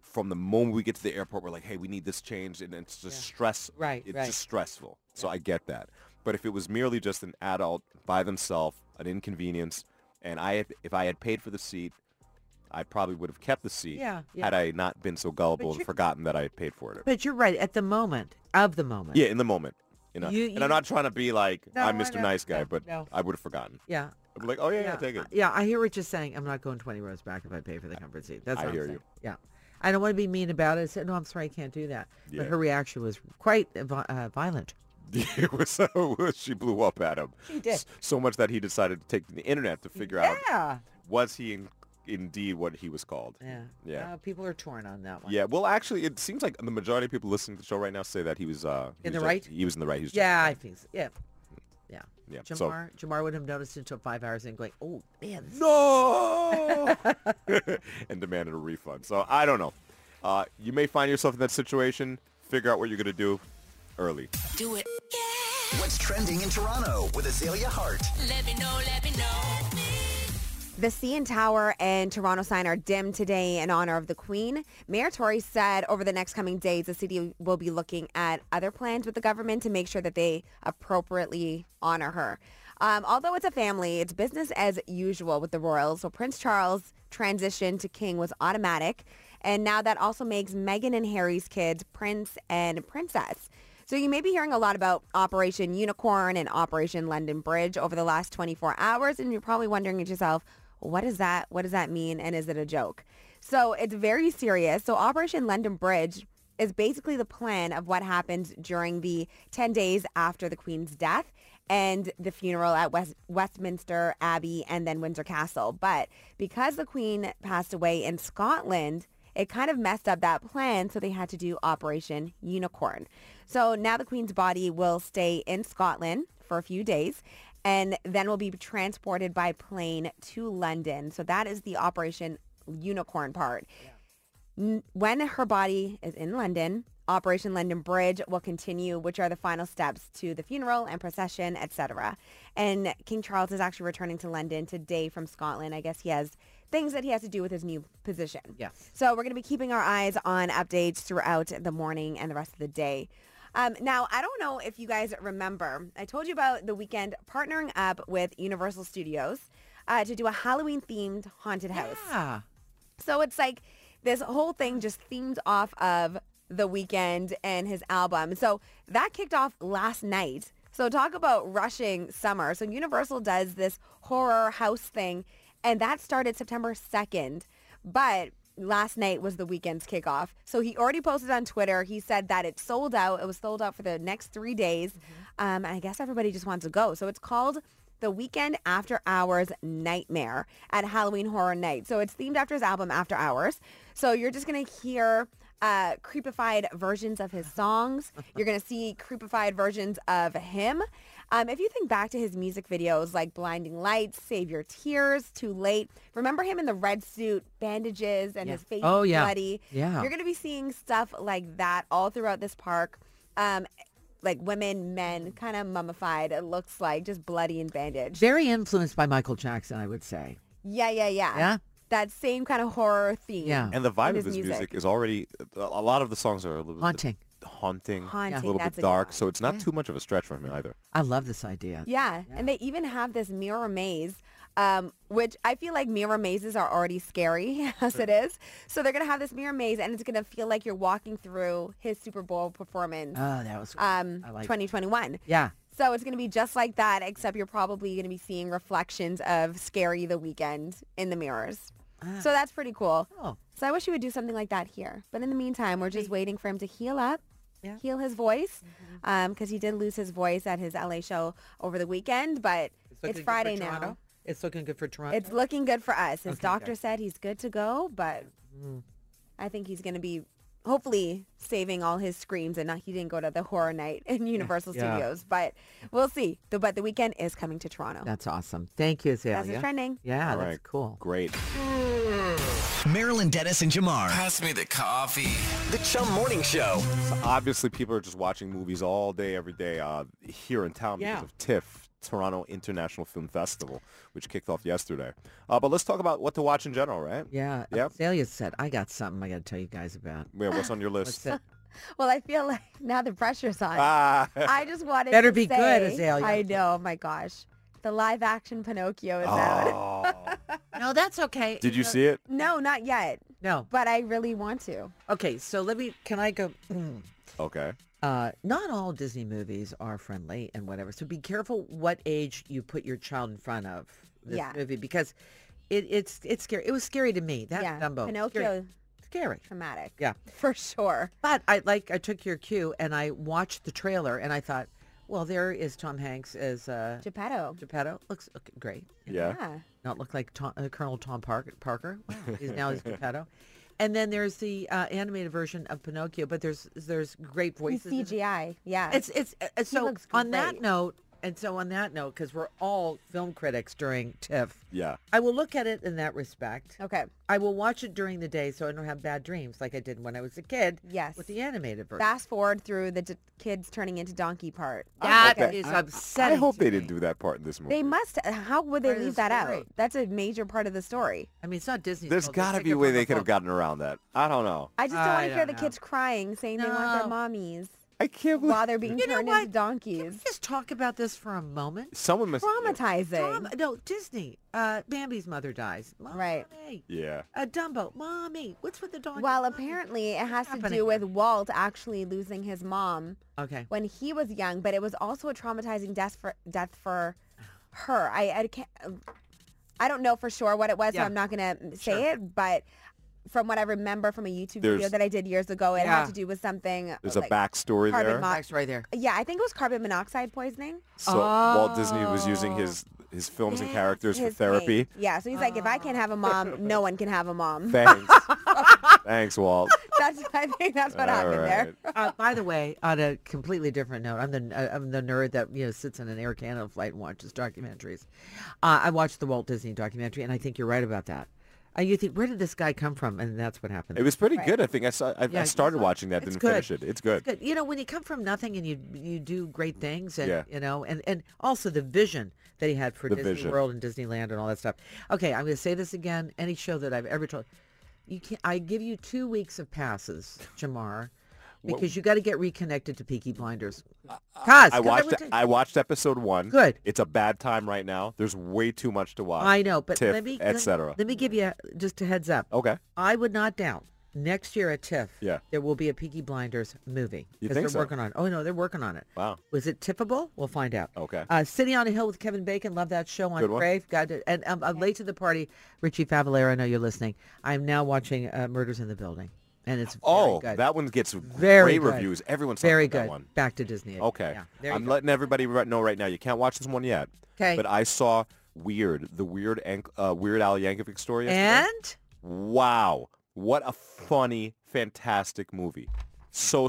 Speaker 3: From the moment we get to the airport, we're like, "Hey, we need this changed," and it's just stress.
Speaker 4: Right,
Speaker 3: It's
Speaker 4: right.
Speaker 3: just stressful. So I get that. But if it was merely just an adult by themselves, an inconvenience, and I, had, if I had paid for the seat, I probably would have kept the seat.
Speaker 4: Yeah, yeah.
Speaker 3: Had I not been so gullible and forgotten that I had paid for it.
Speaker 4: But you're right. At the moment of the moment.
Speaker 3: Yeah, in the moment. You know,
Speaker 4: You-
Speaker 3: and I'm
Speaker 4: you-
Speaker 3: not trying to be like
Speaker 4: No,
Speaker 3: I'm
Speaker 4: I
Speaker 3: Mr.
Speaker 4: know.
Speaker 3: Nice Guy,
Speaker 4: No,
Speaker 3: but
Speaker 4: no.
Speaker 3: I would have forgotten.
Speaker 4: Yeah.
Speaker 3: I'd be like, oh yeah, yeah, take
Speaker 4: uh,
Speaker 3: it.
Speaker 4: yeah, I hear what you're saying. I'm not going 20 rows back if I pay for the comfort seat. That's
Speaker 3: I
Speaker 4: what I'm
Speaker 3: hear
Speaker 4: saying.
Speaker 3: you.
Speaker 4: Yeah. I don't want to be mean about it. I said, no, I'm sorry, I can't do that.
Speaker 3: Yeah.
Speaker 4: But her reaction was quite uh, vi- uh, violent.
Speaker 3: it was so she blew up at him. She
Speaker 4: did.
Speaker 3: so much that he decided to take to the internet to figure out
Speaker 4: Yeah.
Speaker 3: was he in, indeed what he was called.
Speaker 4: Yeah.
Speaker 3: Yeah.
Speaker 4: Uh, people are torn on that one.
Speaker 3: Yeah, well, actually, it seems like the majority of people listening to the show right now say that he was uh, he
Speaker 4: In the
Speaker 3: was just-
Speaker 4: right?
Speaker 3: He was in the right. He was just-
Speaker 4: Yeah, I think so. Yeah. Yeah.
Speaker 3: Yeah, so-
Speaker 4: Jamar, Jamar would have noticed until five hours in going, oh, man. this-
Speaker 3: no, and demanded a refund. So I don't know. Uh, you may find yourself in that situation. Figure out what you're gonna do early.
Speaker 2: Do it. Yeah.
Speaker 5: What's trending in Toronto with Azalea Hart?
Speaker 2: Let me know, let me know.
Speaker 7: The CN Tower and Toronto sign are dimmed today in honor of the Queen. Mayor Tory said over the next coming days, the city will be looking at other plans with the government to make sure that they appropriately honor her. Um, although it's a family, it's business as usual with the royals. So Prince Charles' transition to king was automatic. And now that also makes Meghan and Harry's kids Prince and Princess. So you may be hearing a lot about Operation Unicorn and Operation London Bridge over the last 24 hours. And you're probably wondering to yourself, what is that? What does that mean? And is it a joke? So it's very serious. So Operation London Bridge is basically the plan of what happened during the 10 days after the Queen's death and the funeral at West, Westminster Abbey and then Windsor Castle. But because the Queen passed away in Scotland, it kind of messed up that plan, so they had to do Operation Unicorn. So now the Queen's body will stay in Scotland for a few days and then will be transported by plane to London. So that is the Operation Unicorn part. N- When her body is in London, Operation London Bridge will continue, which are the final steps to the funeral and procession, etc. And King Charles is actually returning to London today from Scotland. I guess he has things that he has to do with his new position.
Speaker 4: Yes.
Speaker 7: So we're going to be keeping our eyes on updates throughout the morning and the rest of the day. Um, now, I don't know if you guys remember, I told you about the weekend partnering up with Universal Studios uh, to do a Halloween-themed haunted house.
Speaker 4: Ah,
Speaker 7: So it's like this whole thing just themed off of The Weeknd and his album. So that kicked off last night. So talk about rushing summer. So Universal does this horror house thing, and that started September 2nd. But last night was the weekend's kickoff. So he already posted on Twitter. He said that it sold out. It was sold out for the next three days. Um, and I guess everybody just wants to go. So it's called the weekend after hours nightmare at Halloween Horror Night. So it's themed after his album After Hours. So you're just gonna hear uh, creepified versions of his songs. You're gonna see creepified versions of him. Um, if you think back to his music videos like Blinding Lights, Save Your Tears, Too Late, remember him in the red suit, bandages, and his face
Speaker 4: Oh, yeah.
Speaker 7: bloody.
Speaker 4: Yeah.
Speaker 7: You're going to be seeing stuff like that all throughout this park. Um, like women, men, kind of mummified, it looks like, just bloody and bandaged.
Speaker 4: very influenced by Michael Jackson, I would say.
Speaker 7: Yeah, yeah, yeah.
Speaker 4: Yeah.
Speaker 7: That same kind of horror theme.
Speaker 4: Yeah.
Speaker 3: And the vibe
Speaker 7: And
Speaker 3: of
Speaker 7: his
Speaker 3: his
Speaker 7: music.
Speaker 3: music. is already a a lot of the songs are a little bit
Speaker 4: Haunting.
Speaker 3: haunting,
Speaker 7: Haunting,
Speaker 3: a little
Speaker 7: that's a
Speaker 3: bit
Speaker 7: good
Speaker 3: dark.
Speaker 7: one.
Speaker 3: So it's not too much of a stretch for him either.
Speaker 4: I love this idea.
Speaker 7: Yeah, and they even have this mirror maze, um, which I feel like mirror mazes are already scary as it is. So they're gonna have this mirror maze, and it's gonna feel like you're walking through his Super Bowl performance,
Speaker 4: Oh, that was
Speaker 7: um,
Speaker 4: I like.
Speaker 7: 2021.
Speaker 4: Yeah.
Speaker 7: So it's gonna be just like that, except you're probably gonna be seeing reflections of Scary the Weekend in the mirrors. So that's pretty cool.
Speaker 4: Oh,
Speaker 7: So I wish he would do something like that here. But in the meantime, we're just waiting for him to heal up,
Speaker 4: Yeah.
Speaker 7: heal his voice, because he did lose his voice at his LA show over the weekend. But it's, Friday now.
Speaker 4: It's looking good for Toronto.
Speaker 7: It's looking good for us. His
Speaker 4: Okay, Mm-hmm.
Speaker 7: doctor
Speaker 4: good.
Speaker 7: said he's good to go, but I think he's going to be hopefully saving all his screams and not he didn't go to the horror night in Universal
Speaker 4: Yeah.
Speaker 7: Studios. But we'll see. The, but the weekend is coming to Toronto.
Speaker 4: that's awesome. Thank you, Azalea.
Speaker 7: That's what's trending.
Speaker 4: Yeah,
Speaker 3: All
Speaker 4: that's
Speaker 3: right,
Speaker 4: cool.
Speaker 3: Great.
Speaker 5: Marilyn Dennis and Jamar.
Speaker 6: Pass me the coffee.
Speaker 5: The Chum Morning Show.
Speaker 3: So obviously, people are just watching movies all day, every day uh, here in town
Speaker 4: Yeah.
Speaker 3: because of TIFF, Toronto International Film Festival, which kicked off yesterday. Uh, but let's talk about what to watch in general, right?
Speaker 4: Yeah.
Speaker 3: Yep.
Speaker 4: Azalea said, I got something I got to tell you guys about.
Speaker 3: Yeah, what's on your
Speaker 4: What's
Speaker 3: list?
Speaker 4: that?
Speaker 7: Well, I feel like now the pressure's on.
Speaker 3: Ah,
Speaker 7: I just wanted
Speaker 4: Better
Speaker 7: to
Speaker 4: be
Speaker 7: say,
Speaker 4: good, Azalea.
Speaker 7: I know, oh my gosh. The live action Pinocchio is out.
Speaker 4: Ah.
Speaker 3: oh.
Speaker 4: no, that's okay.
Speaker 3: Did you see it?
Speaker 7: No, not yet,
Speaker 4: No.
Speaker 7: but I really want to.
Speaker 4: Okay, so let me, can I go?
Speaker 3: Okay.
Speaker 4: Uh, not all Disney movies are friendly and whatever. So be careful what age you put your child in front of this
Speaker 7: Yeah.
Speaker 4: movie because it, it's it's scary. It was scary to me. That
Speaker 7: yeah,
Speaker 4: Dumbo.
Speaker 7: Pinocchio
Speaker 4: Scary. scary.
Speaker 7: traumatic.
Speaker 4: Yeah.
Speaker 7: For sure.
Speaker 4: But I like I took your cue and I watched the trailer and I thought, well, there is Tom Hanks as uh,
Speaker 7: Geppetto.
Speaker 4: Geppetto. Looks okay, great.
Speaker 3: Yeah.
Speaker 7: Yeah.
Speaker 4: Not look like Tom, uh, Colonel Tom Park, Parker. Wow, he's now he's Geppetto. And then there's the uh, animated version of Pinocchio, but there's there's great
Speaker 7: He's
Speaker 4: voices. in it.
Speaker 7: CGI. Yeah.
Speaker 4: It's it's uh, uh, so
Speaker 7: looks
Speaker 4: on that
Speaker 7: great.
Speaker 4: note, and so on that note, because we're all film critics during TIFF,
Speaker 3: Yeah.
Speaker 4: I will look at it in that respect.
Speaker 7: okay.
Speaker 4: I will watch it during the day so I don't have bad dreams like I did when I was a kid.
Speaker 7: Yes.
Speaker 4: with the animated version.
Speaker 7: Fast forward through the d- kids turning into donkey part.
Speaker 4: That
Speaker 3: Okay.
Speaker 4: is
Speaker 3: I-
Speaker 4: upsetting.
Speaker 3: I hope
Speaker 4: to
Speaker 3: they
Speaker 4: me.
Speaker 3: didn't do that part in this movie.
Speaker 7: They must. uh, How would they
Speaker 4: Part of the
Speaker 7: leave that out?
Speaker 4: story.
Speaker 7: That's a major part of the story.
Speaker 4: I mean, it's not Disney.
Speaker 3: There's got to be a way they could have gotten around that. I don't know.
Speaker 7: I just don't want
Speaker 4: I
Speaker 7: to hear
Speaker 4: don't
Speaker 7: the
Speaker 4: know.
Speaker 7: kids crying, saying they want their
Speaker 4: No.
Speaker 7: mommies.
Speaker 3: I can't believe
Speaker 7: while they're being
Speaker 4: You know
Speaker 7: turned
Speaker 4: what?
Speaker 7: into donkeys.
Speaker 4: Just talk about this for a moment.
Speaker 3: someone must.
Speaker 7: Traumatizing.
Speaker 4: Mom, no, Disney. Uh, Bambi's mother dies. Mommy.
Speaker 7: Right.
Speaker 3: Yeah.
Speaker 4: Uh, Dumbo. Mommy. What's with the dog?
Speaker 7: Well, apparently it has to do
Speaker 4: happening?
Speaker 7: with Walt actually losing his mom
Speaker 4: Okay.
Speaker 7: when he was young, but it was also a traumatizing death for death for her. I I can't. I don't know for sure what it was,
Speaker 4: Yeah.
Speaker 7: so I'm not gonna say it. But from what I remember from a YouTube video
Speaker 3: There's-
Speaker 7: that I did years ago, it
Speaker 4: Yeah.
Speaker 7: had to do with something.
Speaker 3: There's
Speaker 7: like
Speaker 3: a backstory
Speaker 7: carbon
Speaker 3: there.
Speaker 7: mo-
Speaker 4: Facts right there.
Speaker 7: Yeah, I think it was carbon monoxide poisoning.
Speaker 3: So Walt Disney was using his his films and characters for
Speaker 7: Oh. His
Speaker 3: therapy.
Speaker 7: pain. Yeah, so he's like, if I can't have a mom, no one can have a mom.
Speaker 3: Thanks. Thanks, Walt.
Speaker 7: That's I think that's what
Speaker 3: All
Speaker 7: happened there.
Speaker 3: right.
Speaker 4: Uh, by the way, on a completely different note, I'm the uh, I'm the nerd that you know sits in an Air Canada flight and watches documentaries. Uh, I watched the Walt Disney documentary, and I think you're right about that. Uh, you think where did this guy come from? And that's what happened.
Speaker 3: It was pretty good. I think I saw. I,
Speaker 4: Yeah,
Speaker 3: I started
Speaker 4: it's-
Speaker 3: watching that,
Speaker 4: it's
Speaker 3: didn't
Speaker 4: good.
Speaker 3: finish it. It's good.
Speaker 4: good. You know, when you come from nothing and you you do great things, and
Speaker 3: Yeah.
Speaker 4: you know, and and also the vision that he had for
Speaker 3: The
Speaker 4: Disney
Speaker 3: vision.
Speaker 4: World and Disneyland and all that stuff. Okay, I'm going to say this again. Any show that I've ever told, you can not I give you two weeks of passes, Jamar, because you got to get reconnected to Peaky Blinders. Cause, 'cause
Speaker 3: I watched.
Speaker 4: would t-
Speaker 3: I watched episode one.
Speaker 4: Good.
Speaker 3: It's a bad time right now. There's way too much to watch.
Speaker 4: I know, but
Speaker 3: TIFF,
Speaker 4: let me let-
Speaker 3: etc.
Speaker 4: Let me give you just a heads up.
Speaker 3: Okay.
Speaker 4: I would not doubt next year at TIFF.
Speaker 3: Yeah.
Speaker 4: there will be a Peaky Blinders movie
Speaker 3: You
Speaker 4: because
Speaker 3: think
Speaker 4: they're
Speaker 3: so?
Speaker 4: working on. Oh no, they're working on it.
Speaker 3: Wow.
Speaker 4: Was it tippable? We'll find out.
Speaker 3: Okay.
Speaker 4: Uh, City on a Hill with Kevin Bacon. Love that show on
Speaker 3: Good one.
Speaker 4: Crave. Got it. And um, I'm late to the party. Richie Favalera, I know you're listening. I'm now watching uh, Murders in the Building, and it's very
Speaker 3: Oh,
Speaker 4: good.
Speaker 3: that one gets
Speaker 4: Very
Speaker 3: great
Speaker 4: good.
Speaker 3: reviews. Everyone's talking
Speaker 4: very
Speaker 3: about
Speaker 4: good.
Speaker 3: that one.
Speaker 4: Back to Disney. again.
Speaker 3: Okay.
Speaker 4: Yeah, there you
Speaker 3: I'm
Speaker 4: go.
Speaker 3: letting everybody ri- know right now. You can't watch this one yet.
Speaker 4: 'Kay.
Speaker 3: But I saw Weird, the Weird Ank- uh, Weird Al Yankovic story. yesterday.
Speaker 4: and
Speaker 3: wow, what a funny, fantastic movie. So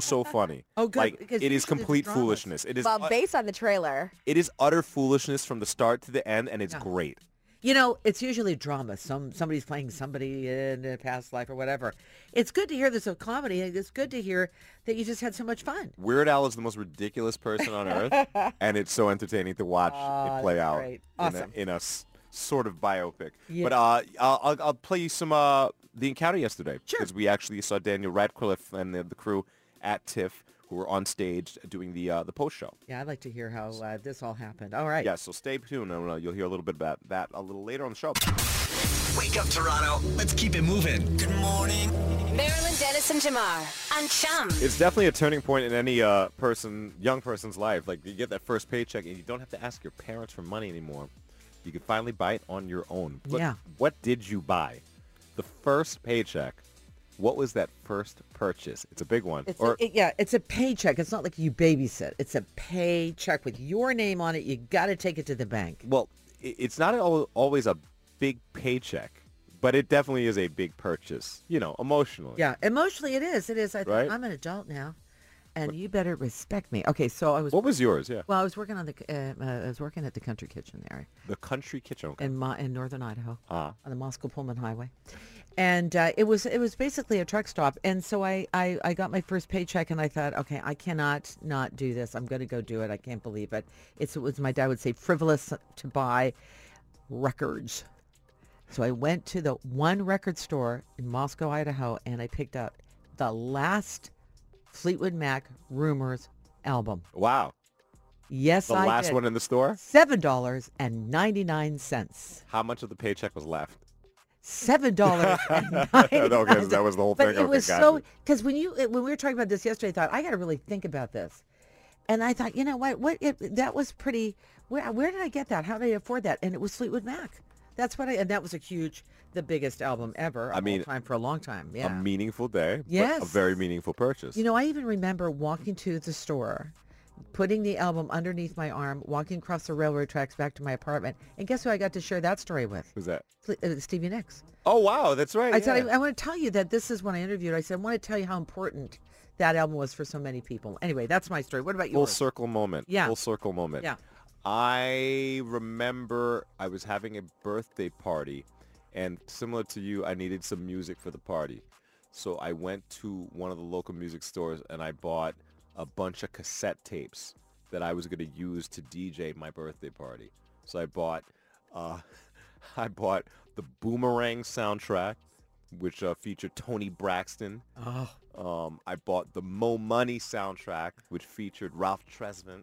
Speaker 3: so funny.
Speaker 4: Oh, good,
Speaker 3: Like
Speaker 4: because
Speaker 3: it is
Speaker 4: usually the
Speaker 3: complete
Speaker 4: dramas-
Speaker 3: foolishness. It is
Speaker 7: Well,
Speaker 3: ut-
Speaker 7: based on the trailer,
Speaker 3: it is utter foolishness from the start to the end, and it's great.
Speaker 4: You know, it's usually drama. Some somebody's playing somebody in a past life or whatever. It's good to hear there's a comedy. and It's good to hear that you just had so much fun.
Speaker 3: Weird Al is the most ridiculous person on earth, and it's so entertaining to watch
Speaker 4: Ah,
Speaker 3: it play
Speaker 4: that's
Speaker 3: out
Speaker 4: great. Awesome.
Speaker 3: in, a, in a s- sort of biopic.
Speaker 4: Yeah.
Speaker 3: But uh, I'll, I'll, I'll play you some uh, The Encounter yesterday because we actually saw Daniel Radcliffe and the, the crew at TIFF who were on stage doing the uh, the post show.
Speaker 4: Yeah, I'd like to hear how uh, this all happened. All right.
Speaker 3: Yeah, so stay tuned. I don't know, you'll hear a little bit about that a little later on the show.
Speaker 5: Wake up, Toronto. Let's keep it moving. Good morning.
Speaker 1: Marilyn Dennis and Jamar on Chum.
Speaker 3: It's definitely a turning point in any uh, person, young person's life. Like you get that first paycheck and you don't have to ask your parents for money anymore. You can finally buy it on your own. But
Speaker 4: Yeah.
Speaker 3: What did you buy? The first paycheck. What was that first purchase? It's a big one.
Speaker 4: It's
Speaker 3: or
Speaker 4: a, it- yeah, it's a paycheck. It's not like you babysit. It's a paycheck with your name on it. You got to take it to the bank.
Speaker 3: well, i- it's not al- always a big paycheck, but it definitely is a big purchase. You know, emotionally.
Speaker 4: Yeah, emotionally it is. It is. I
Speaker 3: Right?
Speaker 4: think I'm an adult now, and you better respect me. Okay, so I was
Speaker 3: What was yours? Yeah.
Speaker 4: well, I was working on the c- uh, uh, I was working at the country kitchen there.
Speaker 3: The country kitchen. Okay.
Speaker 4: in Mo- in northern Idaho
Speaker 3: Ah.
Speaker 4: on the Moscow Pullman Highway, and uh, it was it was basically a truck stop. And so I, I I got my first paycheck, and I thought, okay, I cannot not do this. I'm going to go do it. I can't believe it. It's it was my dad would say frivolous to buy records. So I went to the one record store in Moscow, Idaho, and I picked up the last Fleetwood Mac Rumors album.
Speaker 3: Wow.
Speaker 4: Yes,
Speaker 3: The
Speaker 4: I
Speaker 3: last
Speaker 4: did.
Speaker 3: one in the store.
Speaker 4: Seven dollars and ninety nine cents
Speaker 3: How much of the paycheck was left?
Speaker 4: seven dollars.
Speaker 3: Okay, that was the whole
Speaker 4: But
Speaker 3: thing.
Speaker 4: it
Speaker 3: Okay,
Speaker 4: was
Speaker 3: gotcha.
Speaker 4: so because when you it- when we were talking about this yesterday, I thought I got to really think about this, and I thought, you know what, what it, that was pretty. Where where did I get that? How did I afford that? And it was Fleetwood Mac. That's what I and that was a huge, the biggest album ever. of all
Speaker 3: mean,
Speaker 4: time for a long time. Yeah.
Speaker 3: a meaningful day. but a
Speaker 4: Yes.
Speaker 3: very meaningful purchase.
Speaker 4: You know, I even remember walking to the store, putting the album underneath my arm, walking across the railroad tracks back to my apartment, and guess who I got to share that story with?
Speaker 3: Who's that?
Speaker 4: Fle- uh, Stevie Nicks.
Speaker 3: Oh wow, that's right.
Speaker 4: I said,
Speaker 3: yeah.
Speaker 4: I, I want to tell you that this is when I interviewed. I said, I want to tell you how important that album was for so many people. Anyway, that's my story. What about you?
Speaker 3: full circle moment.
Speaker 4: Yeah.
Speaker 3: Full circle moment.
Speaker 4: Yeah.
Speaker 3: I remember I was having a birthday party and similar to you, I needed some music for the party. So I went to one of the local music stores and I bought a bunch of cassette tapes that I was going to use to DJ my birthday party. So I bought, uh, I bought the Boomerang soundtrack, which uh, featured Tony Braxton.
Speaker 4: Oh,
Speaker 3: Um, I bought the Mo Money soundtrack, which featured Ralph Tresvant.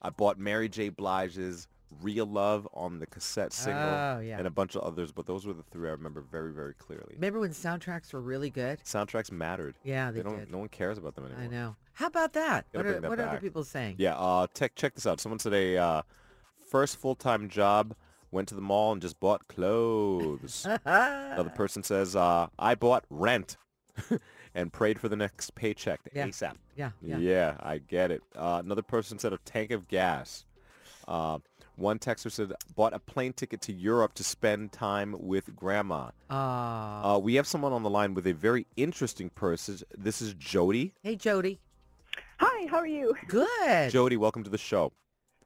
Speaker 3: I bought Mary J. Blige's Real Love on the cassette single
Speaker 4: Oh, yeah.
Speaker 3: and a bunch of others, but those were the three I remember very, very clearly.
Speaker 4: remember when soundtracks were really good?
Speaker 3: Soundtracks mattered.
Speaker 4: Yeah, they
Speaker 3: don't.
Speaker 4: did.
Speaker 3: No one cares about them anymore.
Speaker 4: I know. How about that?
Speaker 3: Gotta
Speaker 4: What, are,
Speaker 3: bring that
Speaker 4: what are other
Speaker 3: back.
Speaker 4: people saying?
Speaker 3: Yeah, uh, tech, check this out. Someone said a uh, first full-time job, went to the mall and just bought clothes. Another person says, uh, I bought rent and prayed for the next paycheck to
Speaker 4: Yeah.
Speaker 3: ASAP.
Speaker 4: Yeah, yeah.
Speaker 3: Yeah. I get it. Uh, another person said a tank of gas. Uh, one texter said, bought a plane ticket to Europe to spend time with grandma.
Speaker 4: Ah.
Speaker 3: Uh, we have someone on the line with a very interesting person. This is Jody.
Speaker 4: hey, Jody.
Speaker 6: Hi, how are you?
Speaker 4: Good.
Speaker 3: Jody, welcome to the show.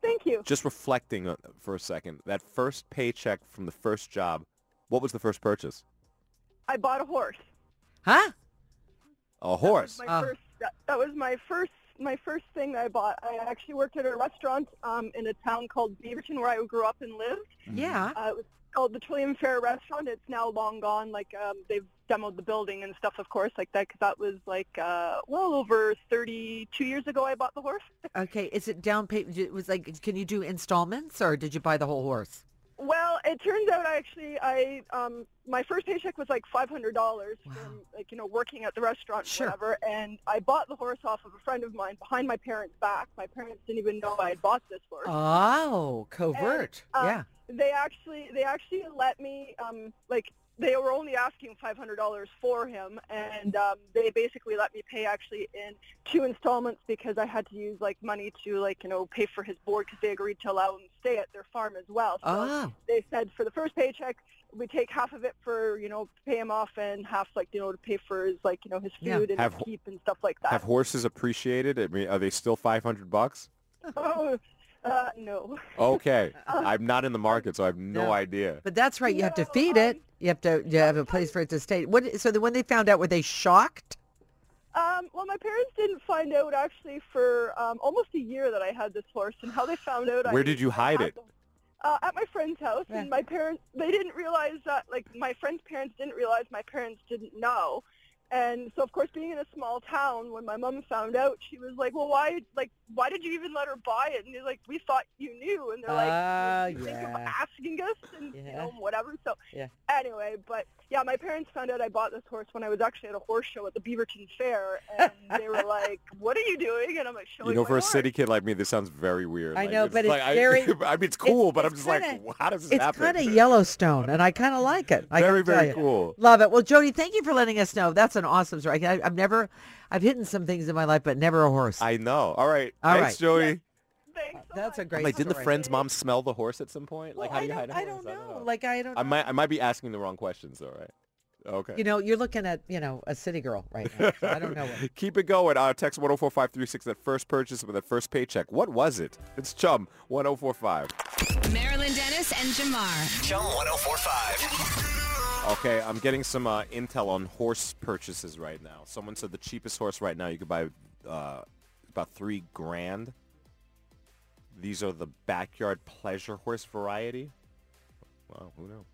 Speaker 6: Thank you.
Speaker 3: Just reflecting on, for a second, that first paycheck from the first job, what was the first purchase?
Speaker 6: I bought a horse.
Speaker 4: huh?
Speaker 3: A horse.
Speaker 6: My
Speaker 4: Oh.
Speaker 6: first that, that was my first my first thing I bought. I actually worked at a restaurant um, in a town called Beaverton where I grew up and lived.
Speaker 3: Mm-hmm.
Speaker 4: Yeah.
Speaker 6: Uh, it was called the Trillium Fair Restaurant. It's now long gone. Like um, they've demoed the building and stuff, of course, like that. Cause that was like uh, well over 32 years ago. I bought the horse.
Speaker 4: Okay. Is it down payment? It was like, can you do installments or did you buy the whole horse?
Speaker 6: Well, it turns out I actually I um my first paycheck was like five hundred dollars
Speaker 4: Wow.
Speaker 6: from like you know working at the restaurant
Speaker 4: Sure.
Speaker 6: or whatever, and I bought the horse off of a friend of mine behind my parents' back. My parents didn't even know I had bought this horse.
Speaker 4: Oh, covert.
Speaker 6: uh,
Speaker 4: yeah.
Speaker 6: They actually they actually let me um like they were only asking five hundred dollars for him, and um, they basically let me pay actually in two installments because I had to use like money to like you know pay for his board because they agreed to allow him to stay at their farm as well. So
Speaker 4: Oh,
Speaker 6: they said for the first paycheck we take half of it for you know to pay him off and half like you know to pay for his like you know his
Speaker 4: Yeah.
Speaker 6: food and
Speaker 3: Have-
Speaker 6: his keep and stuff like that.
Speaker 3: Have horses appreciated? I mean, are they still 500 bucks?
Speaker 6: oh, uh, no.
Speaker 3: Okay. I'm not in the market, so I have no
Speaker 4: No.
Speaker 3: idea.
Speaker 4: but that's right. You have to
Speaker 6: No,
Speaker 4: feed it. You have to you have a place for it to stay. What? So the, when they found out, were they shocked?
Speaker 6: Um, well, my parents didn't find out actually for um, almost a year that I had this horse, and how they found out.
Speaker 3: Where
Speaker 6: I,
Speaker 3: did you hide
Speaker 6: had
Speaker 3: it?
Speaker 6: the- Uh, at my friend's house,
Speaker 4: Yeah.
Speaker 6: and my parents they didn't realize that like my friend's parents didn't realize my parents didn't know, and so of course being in a small town, when my mom found out, she was like, "Well, why like why did you even let her buy it?" And they're like, "We thought you knew," and they're like,
Speaker 4: Ah,
Speaker 6: "You think of
Speaker 4: yeah.
Speaker 6: asking us and you
Speaker 4: Yeah.
Speaker 6: know whatever." So
Speaker 4: Yeah.
Speaker 6: anyway, but yeah, my parents found out I bought this horse when I was actually at a horse show at the Beaverton Fair, and they were like, "What are you doing?" And I'm like, "Showing
Speaker 3: You know,
Speaker 6: my
Speaker 3: for a
Speaker 6: horse."
Speaker 3: city kid like me, this sounds very weird.
Speaker 4: I
Speaker 3: Like,
Speaker 4: know, but it's
Speaker 3: like, I-
Speaker 4: very-
Speaker 3: I, mean, it's cool, but
Speaker 4: it's
Speaker 3: I'm just
Speaker 4: kinda-
Speaker 3: like, how does this
Speaker 4: It's
Speaker 3: happen?
Speaker 4: kind of Yellowstone, and I kind of like it. I
Speaker 3: very,
Speaker 4: gotta tell
Speaker 3: very
Speaker 4: you.
Speaker 3: cool.
Speaker 4: Love it. Well, Jody, thank you for letting us know. That's an awesome story. I, I've never, I've hidden some things in my life, but never a horse.
Speaker 3: I know. All right.
Speaker 4: All
Speaker 3: Thanks,
Speaker 4: right.
Speaker 3: Jody.
Speaker 6: Thanks so
Speaker 4: That's a
Speaker 6: much.
Speaker 4: great.
Speaker 3: I'm like, didn't the
Speaker 4: story.
Speaker 3: friend's mom smell the horse at some point?
Speaker 4: Well,
Speaker 3: like, how
Speaker 4: I
Speaker 3: do you
Speaker 4: don't,
Speaker 3: hide a
Speaker 4: I
Speaker 3: horse?
Speaker 4: don't know. Like, I don't.
Speaker 3: I
Speaker 4: know.
Speaker 3: might, I might be asking the wrong questions, though, right? Okay.
Speaker 4: You know, you're looking at you know a city girl right now. so I don't know. What.
Speaker 3: Keep it going. Uh, text 104536, that first purchase with that first paycheck. What was it? It's Chum 1045.
Speaker 2: Marilyn Dennis and Jamar.
Speaker 5: Chum 1045.
Speaker 3: Okay, I'm getting some uh, intel on horse purchases right now. Someone said the cheapest horse right now you could buy uh, about three grand. These are the backyard pleasure horse variety. Wow, who knew?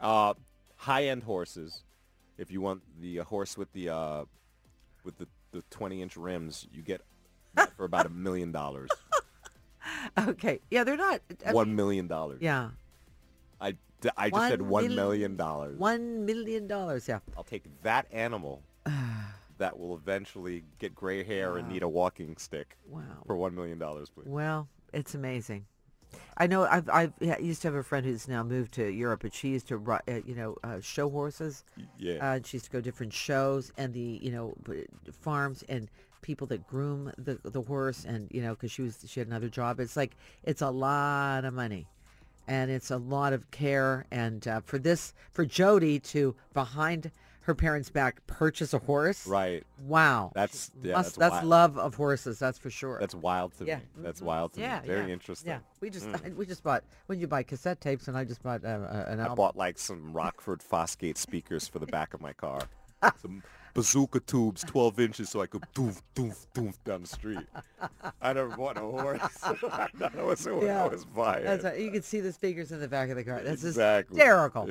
Speaker 3: Uh, high-end horses. If you want the uh, horse with the uh, with the, the 20-inch rims, you get that for about a million dollars.
Speaker 4: Okay. Yeah, they're not. I
Speaker 3: One
Speaker 4: mean,
Speaker 3: million dollars.
Speaker 4: Yeah.
Speaker 3: I, d- I just said
Speaker 4: One
Speaker 3: one
Speaker 4: mil-
Speaker 3: million dollars.
Speaker 4: One million dollars. Yeah.
Speaker 3: I'll take that animal that will eventually get gray hair and need a walking stick
Speaker 4: Wow.
Speaker 3: for one million dollars, please.
Speaker 4: Well, it's amazing. I know I've, I've I used to have a friend who's now moved to Europe, but she used to, ri- uh, you know, uh, show horses.
Speaker 3: Yeah.
Speaker 4: Uh, and she used to go to different shows and the, you know, b- farms and people that groom the, the horse and, you know, because she was, she had another job. It's like, it's a lot of money and it's a lot of care. And uh, for this, for Jody to behind her parents' back purchase a horse.
Speaker 3: Right.
Speaker 4: Wow.
Speaker 3: That's yeah.
Speaker 4: Must-
Speaker 3: that's
Speaker 4: that's
Speaker 3: wild.
Speaker 4: love of horses. That's for sure.
Speaker 3: That's wild to
Speaker 4: Yeah.
Speaker 3: me. That's wild to
Speaker 4: Yeah,
Speaker 3: me. Very
Speaker 4: yeah,
Speaker 3: interesting. Hmm.
Speaker 4: Yeah, we just we just bought when you buy cassette tapes, and I just bought uh, uh, an
Speaker 3: I
Speaker 4: album.
Speaker 3: bought like some Rockford Fosgate speakers for the back of my car. some bazooka tubes 12 inches so I could doof, doof, doof down the street. I never bought a horse. I was, yeah. I was fired.
Speaker 4: That's right. You can see the speakers in the back of the car. That's
Speaker 3: Exactly.
Speaker 4: hysterical. Oh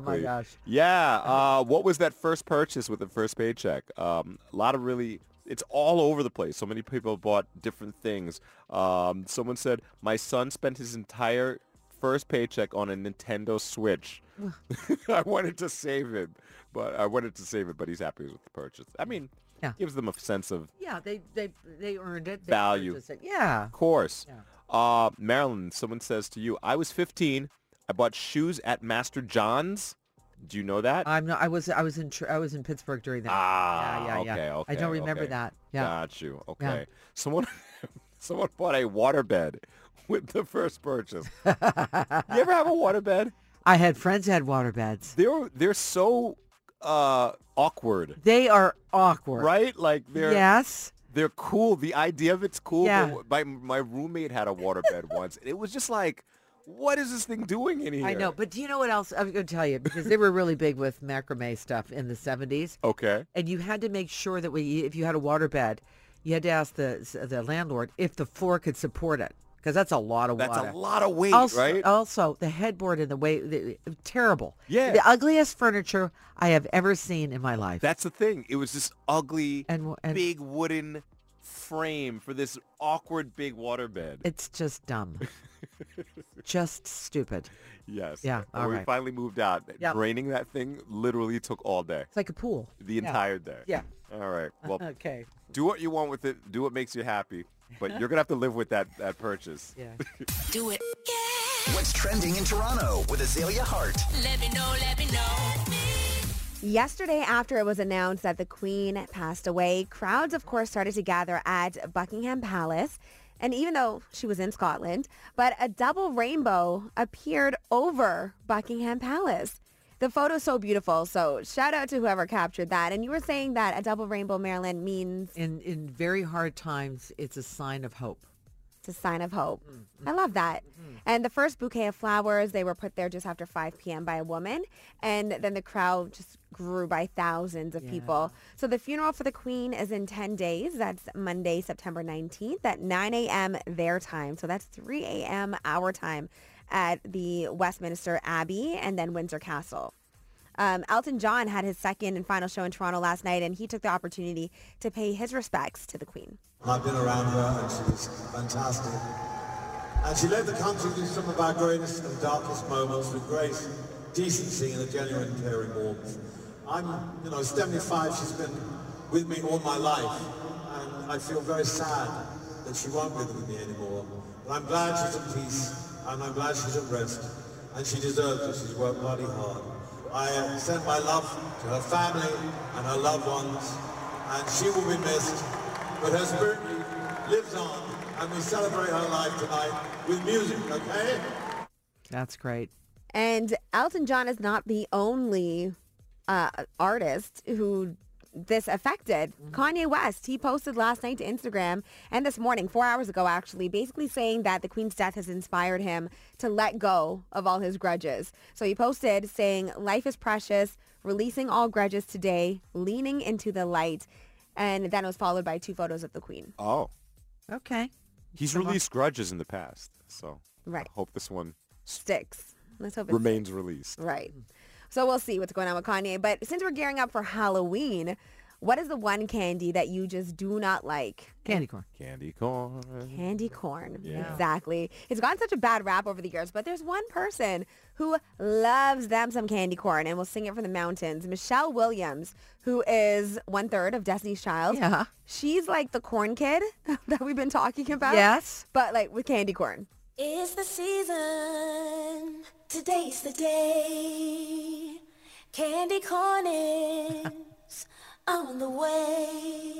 Speaker 4: my
Speaker 3: Exactly.
Speaker 4: gosh.
Speaker 3: Yeah. Uh, what was that first purchase with the first paycheck? Um, a lot of really, it's all over the place. So many people bought different things. Um, someone said, my son spent his entire first paycheck on a Nintendo Switch. I wanted to save him, but I wanted to save it, but he's happy with the purchase. I mean,
Speaker 4: Yeah.
Speaker 3: gives them a sense of
Speaker 4: Yeah, they they they earned it. They
Speaker 3: Value.
Speaker 4: purchased it. Yeah.
Speaker 3: course. Uh, Marilyn, someone says to you, I was 15. I bought shoes at Master John's. Do you know that?
Speaker 4: I'm not. I was. I was in. Tr- I was in Pittsburgh during that.
Speaker 3: Ah,
Speaker 4: yeah, yeah, yeah.
Speaker 3: okay, okay.
Speaker 4: I don't remember
Speaker 3: okay.
Speaker 4: that. Yeah.
Speaker 3: Got you. Okay. Someone someone bought a waterbed with the first purchase. you ever have a waterbed?
Speaker 4: I had friends that had water beds.
Speaker 3: They're they're so uh awkward.
Speaker 4: They are awkward.
Speaker 3: Right? Like they're
Speaker 4: Yes.
Speaker 3: they're cool. The idea of it's cool.
Speaker 4: Yeah.
Speaker 3: But my my roommate had a waterbed once. and It was just like, what is this thing doing in here?
Speaker 4: I know. But do you know what else? I'm going to tell you because they were really big with macrame stuff in the 70s.
Speaker 3: Okay.
Speaker 4: And you had to make sure that we, if you had a water bed, you had to ask the the landlord if the floor could support it because that's a lot of
Speaker 3: That's
Speaker 4: water.
Speaker 3: a lot of weight,
Speaker 4: also,
Speaker 3: right?
Speaker 4: also, the headboard and the way, the, terrible.
Speaker 3: Yeah.
Speaker 4: The ugliest furniture I have ever seen in my life.
Speaker 3: That's the thing. It was this ugly,
Speaker 4: And w- and-
Speaker 3: big wooden frame for this awkward big waterbed.
Speaker 4: It's just dumb. just stupid.
Speaker 3: yes.
Speaker 4: yeah,
Speaker 3: And
Speaker 4: all
Speaker 3: when
Speaker 4: right.
Speaker 3: we finally moved out,
Speaker 4: Yep.
Speaker 3: draining that thing literally took all day,
Speaker 4: It's like a pool.
Speaker 3: the entire day.
Speaker 4: Yeah.
Speaker 3: All right. Well,
Speaker 4: Okay.
Speaker 3: do what you want with it. Do what makes you happy. But you're going to have to live with that, that purchase.
Speaker 4: Yeah.
Speaker 2: Do it.
Speaker 5: What's trending in Toronto with Azalea Hart?
Speaker 2: Let me know, let me know.
Speaker 7: Yesterday, after it was announced that the Queen passed away, crowds, of course, started to gather at Buckingham Palace. And even though she was in Scotland, but a double rainbow appeared over Buckingham Palace. The photo's so beautiful. So shout out to whoever captured that. And you were saying that a double rainbow, Maryland, means
Speaker 4: In in very hard times, it's a sign of hope.
Speaker 7: it's a sign of hope. I love that. And the first bouquet of flowers, they were put there just after 5 p.m. by a woman. And then the crowd just grew by thousands of people. So the funeral for the queen is in 10 days. That's Monday, September 19th at 9 a.m. their time. So that's 3 a.m. our time at the Westminster Abbey and then Windsor Castle. Um, Elton John had his second and final show in Toronto last night, and he took the opportunity to pay his respects to the Queen.
Speaker 8: I've been around her and she was fantastic. And she led the country through some of our greatest and darkest moments with grace, decency and a genuine caring warmth. I'm, you know, 75, she's been with me all my life and I feel very sad that she won't be with me anymore. But I'm glad she's at peace and I'm glad she's at rest and she deserves it. She's worked bloody hard. I uh, send my love to her family and her loved ones and she will be missed but her spirit lives on, and we celebrate her life tonight with music, okay?
Speaker 4: That's great.
Speaker 7: And Elton John is not the only uh, artist who this affected. Kanye West, he posted last night to Instagram and this morning, four hours ago actually, basically saying that the Queen's death has inspired him to let go of all his grudges. So he posted saying, life is precious, releasing all grudges today, leaning into the light. And then it was followed by two photos of the Queen.
Speaker 3: Oh.
Speaker 4: Okay.
Speaker 3: He's released grudges in the past. So
Speaker 7: Right.
Speaker 3: I hope this one
Speaker 7: Sticks. Let's hope it's
Speaker 3: remains released.
Speaker 7: Right. So we'll see what's going on with Kanye. But since we're gearing up for Halloween, what is the one candy that you just do not like?
Speaker 4: Candy corn.
Speaker 3: Candy corn.
Speaker 7: Candy corn.
Speaker 3: Yeah.
Speaker 7: Exactly. It's gotten such a bad rap over the years, but there's one person who loves them some candy corn and will sing it from the mountains. Michelle Williams, who is one third of Destiny's Child.
Speaker 4: Yeah.
Speaker 7: She's like the corn kid that we've been talking about.
Speaker 4: Yes.
Speaker 7: But like with candy corn.
Speaker 9: It's the season. Today's the day. Candy corn is on the way.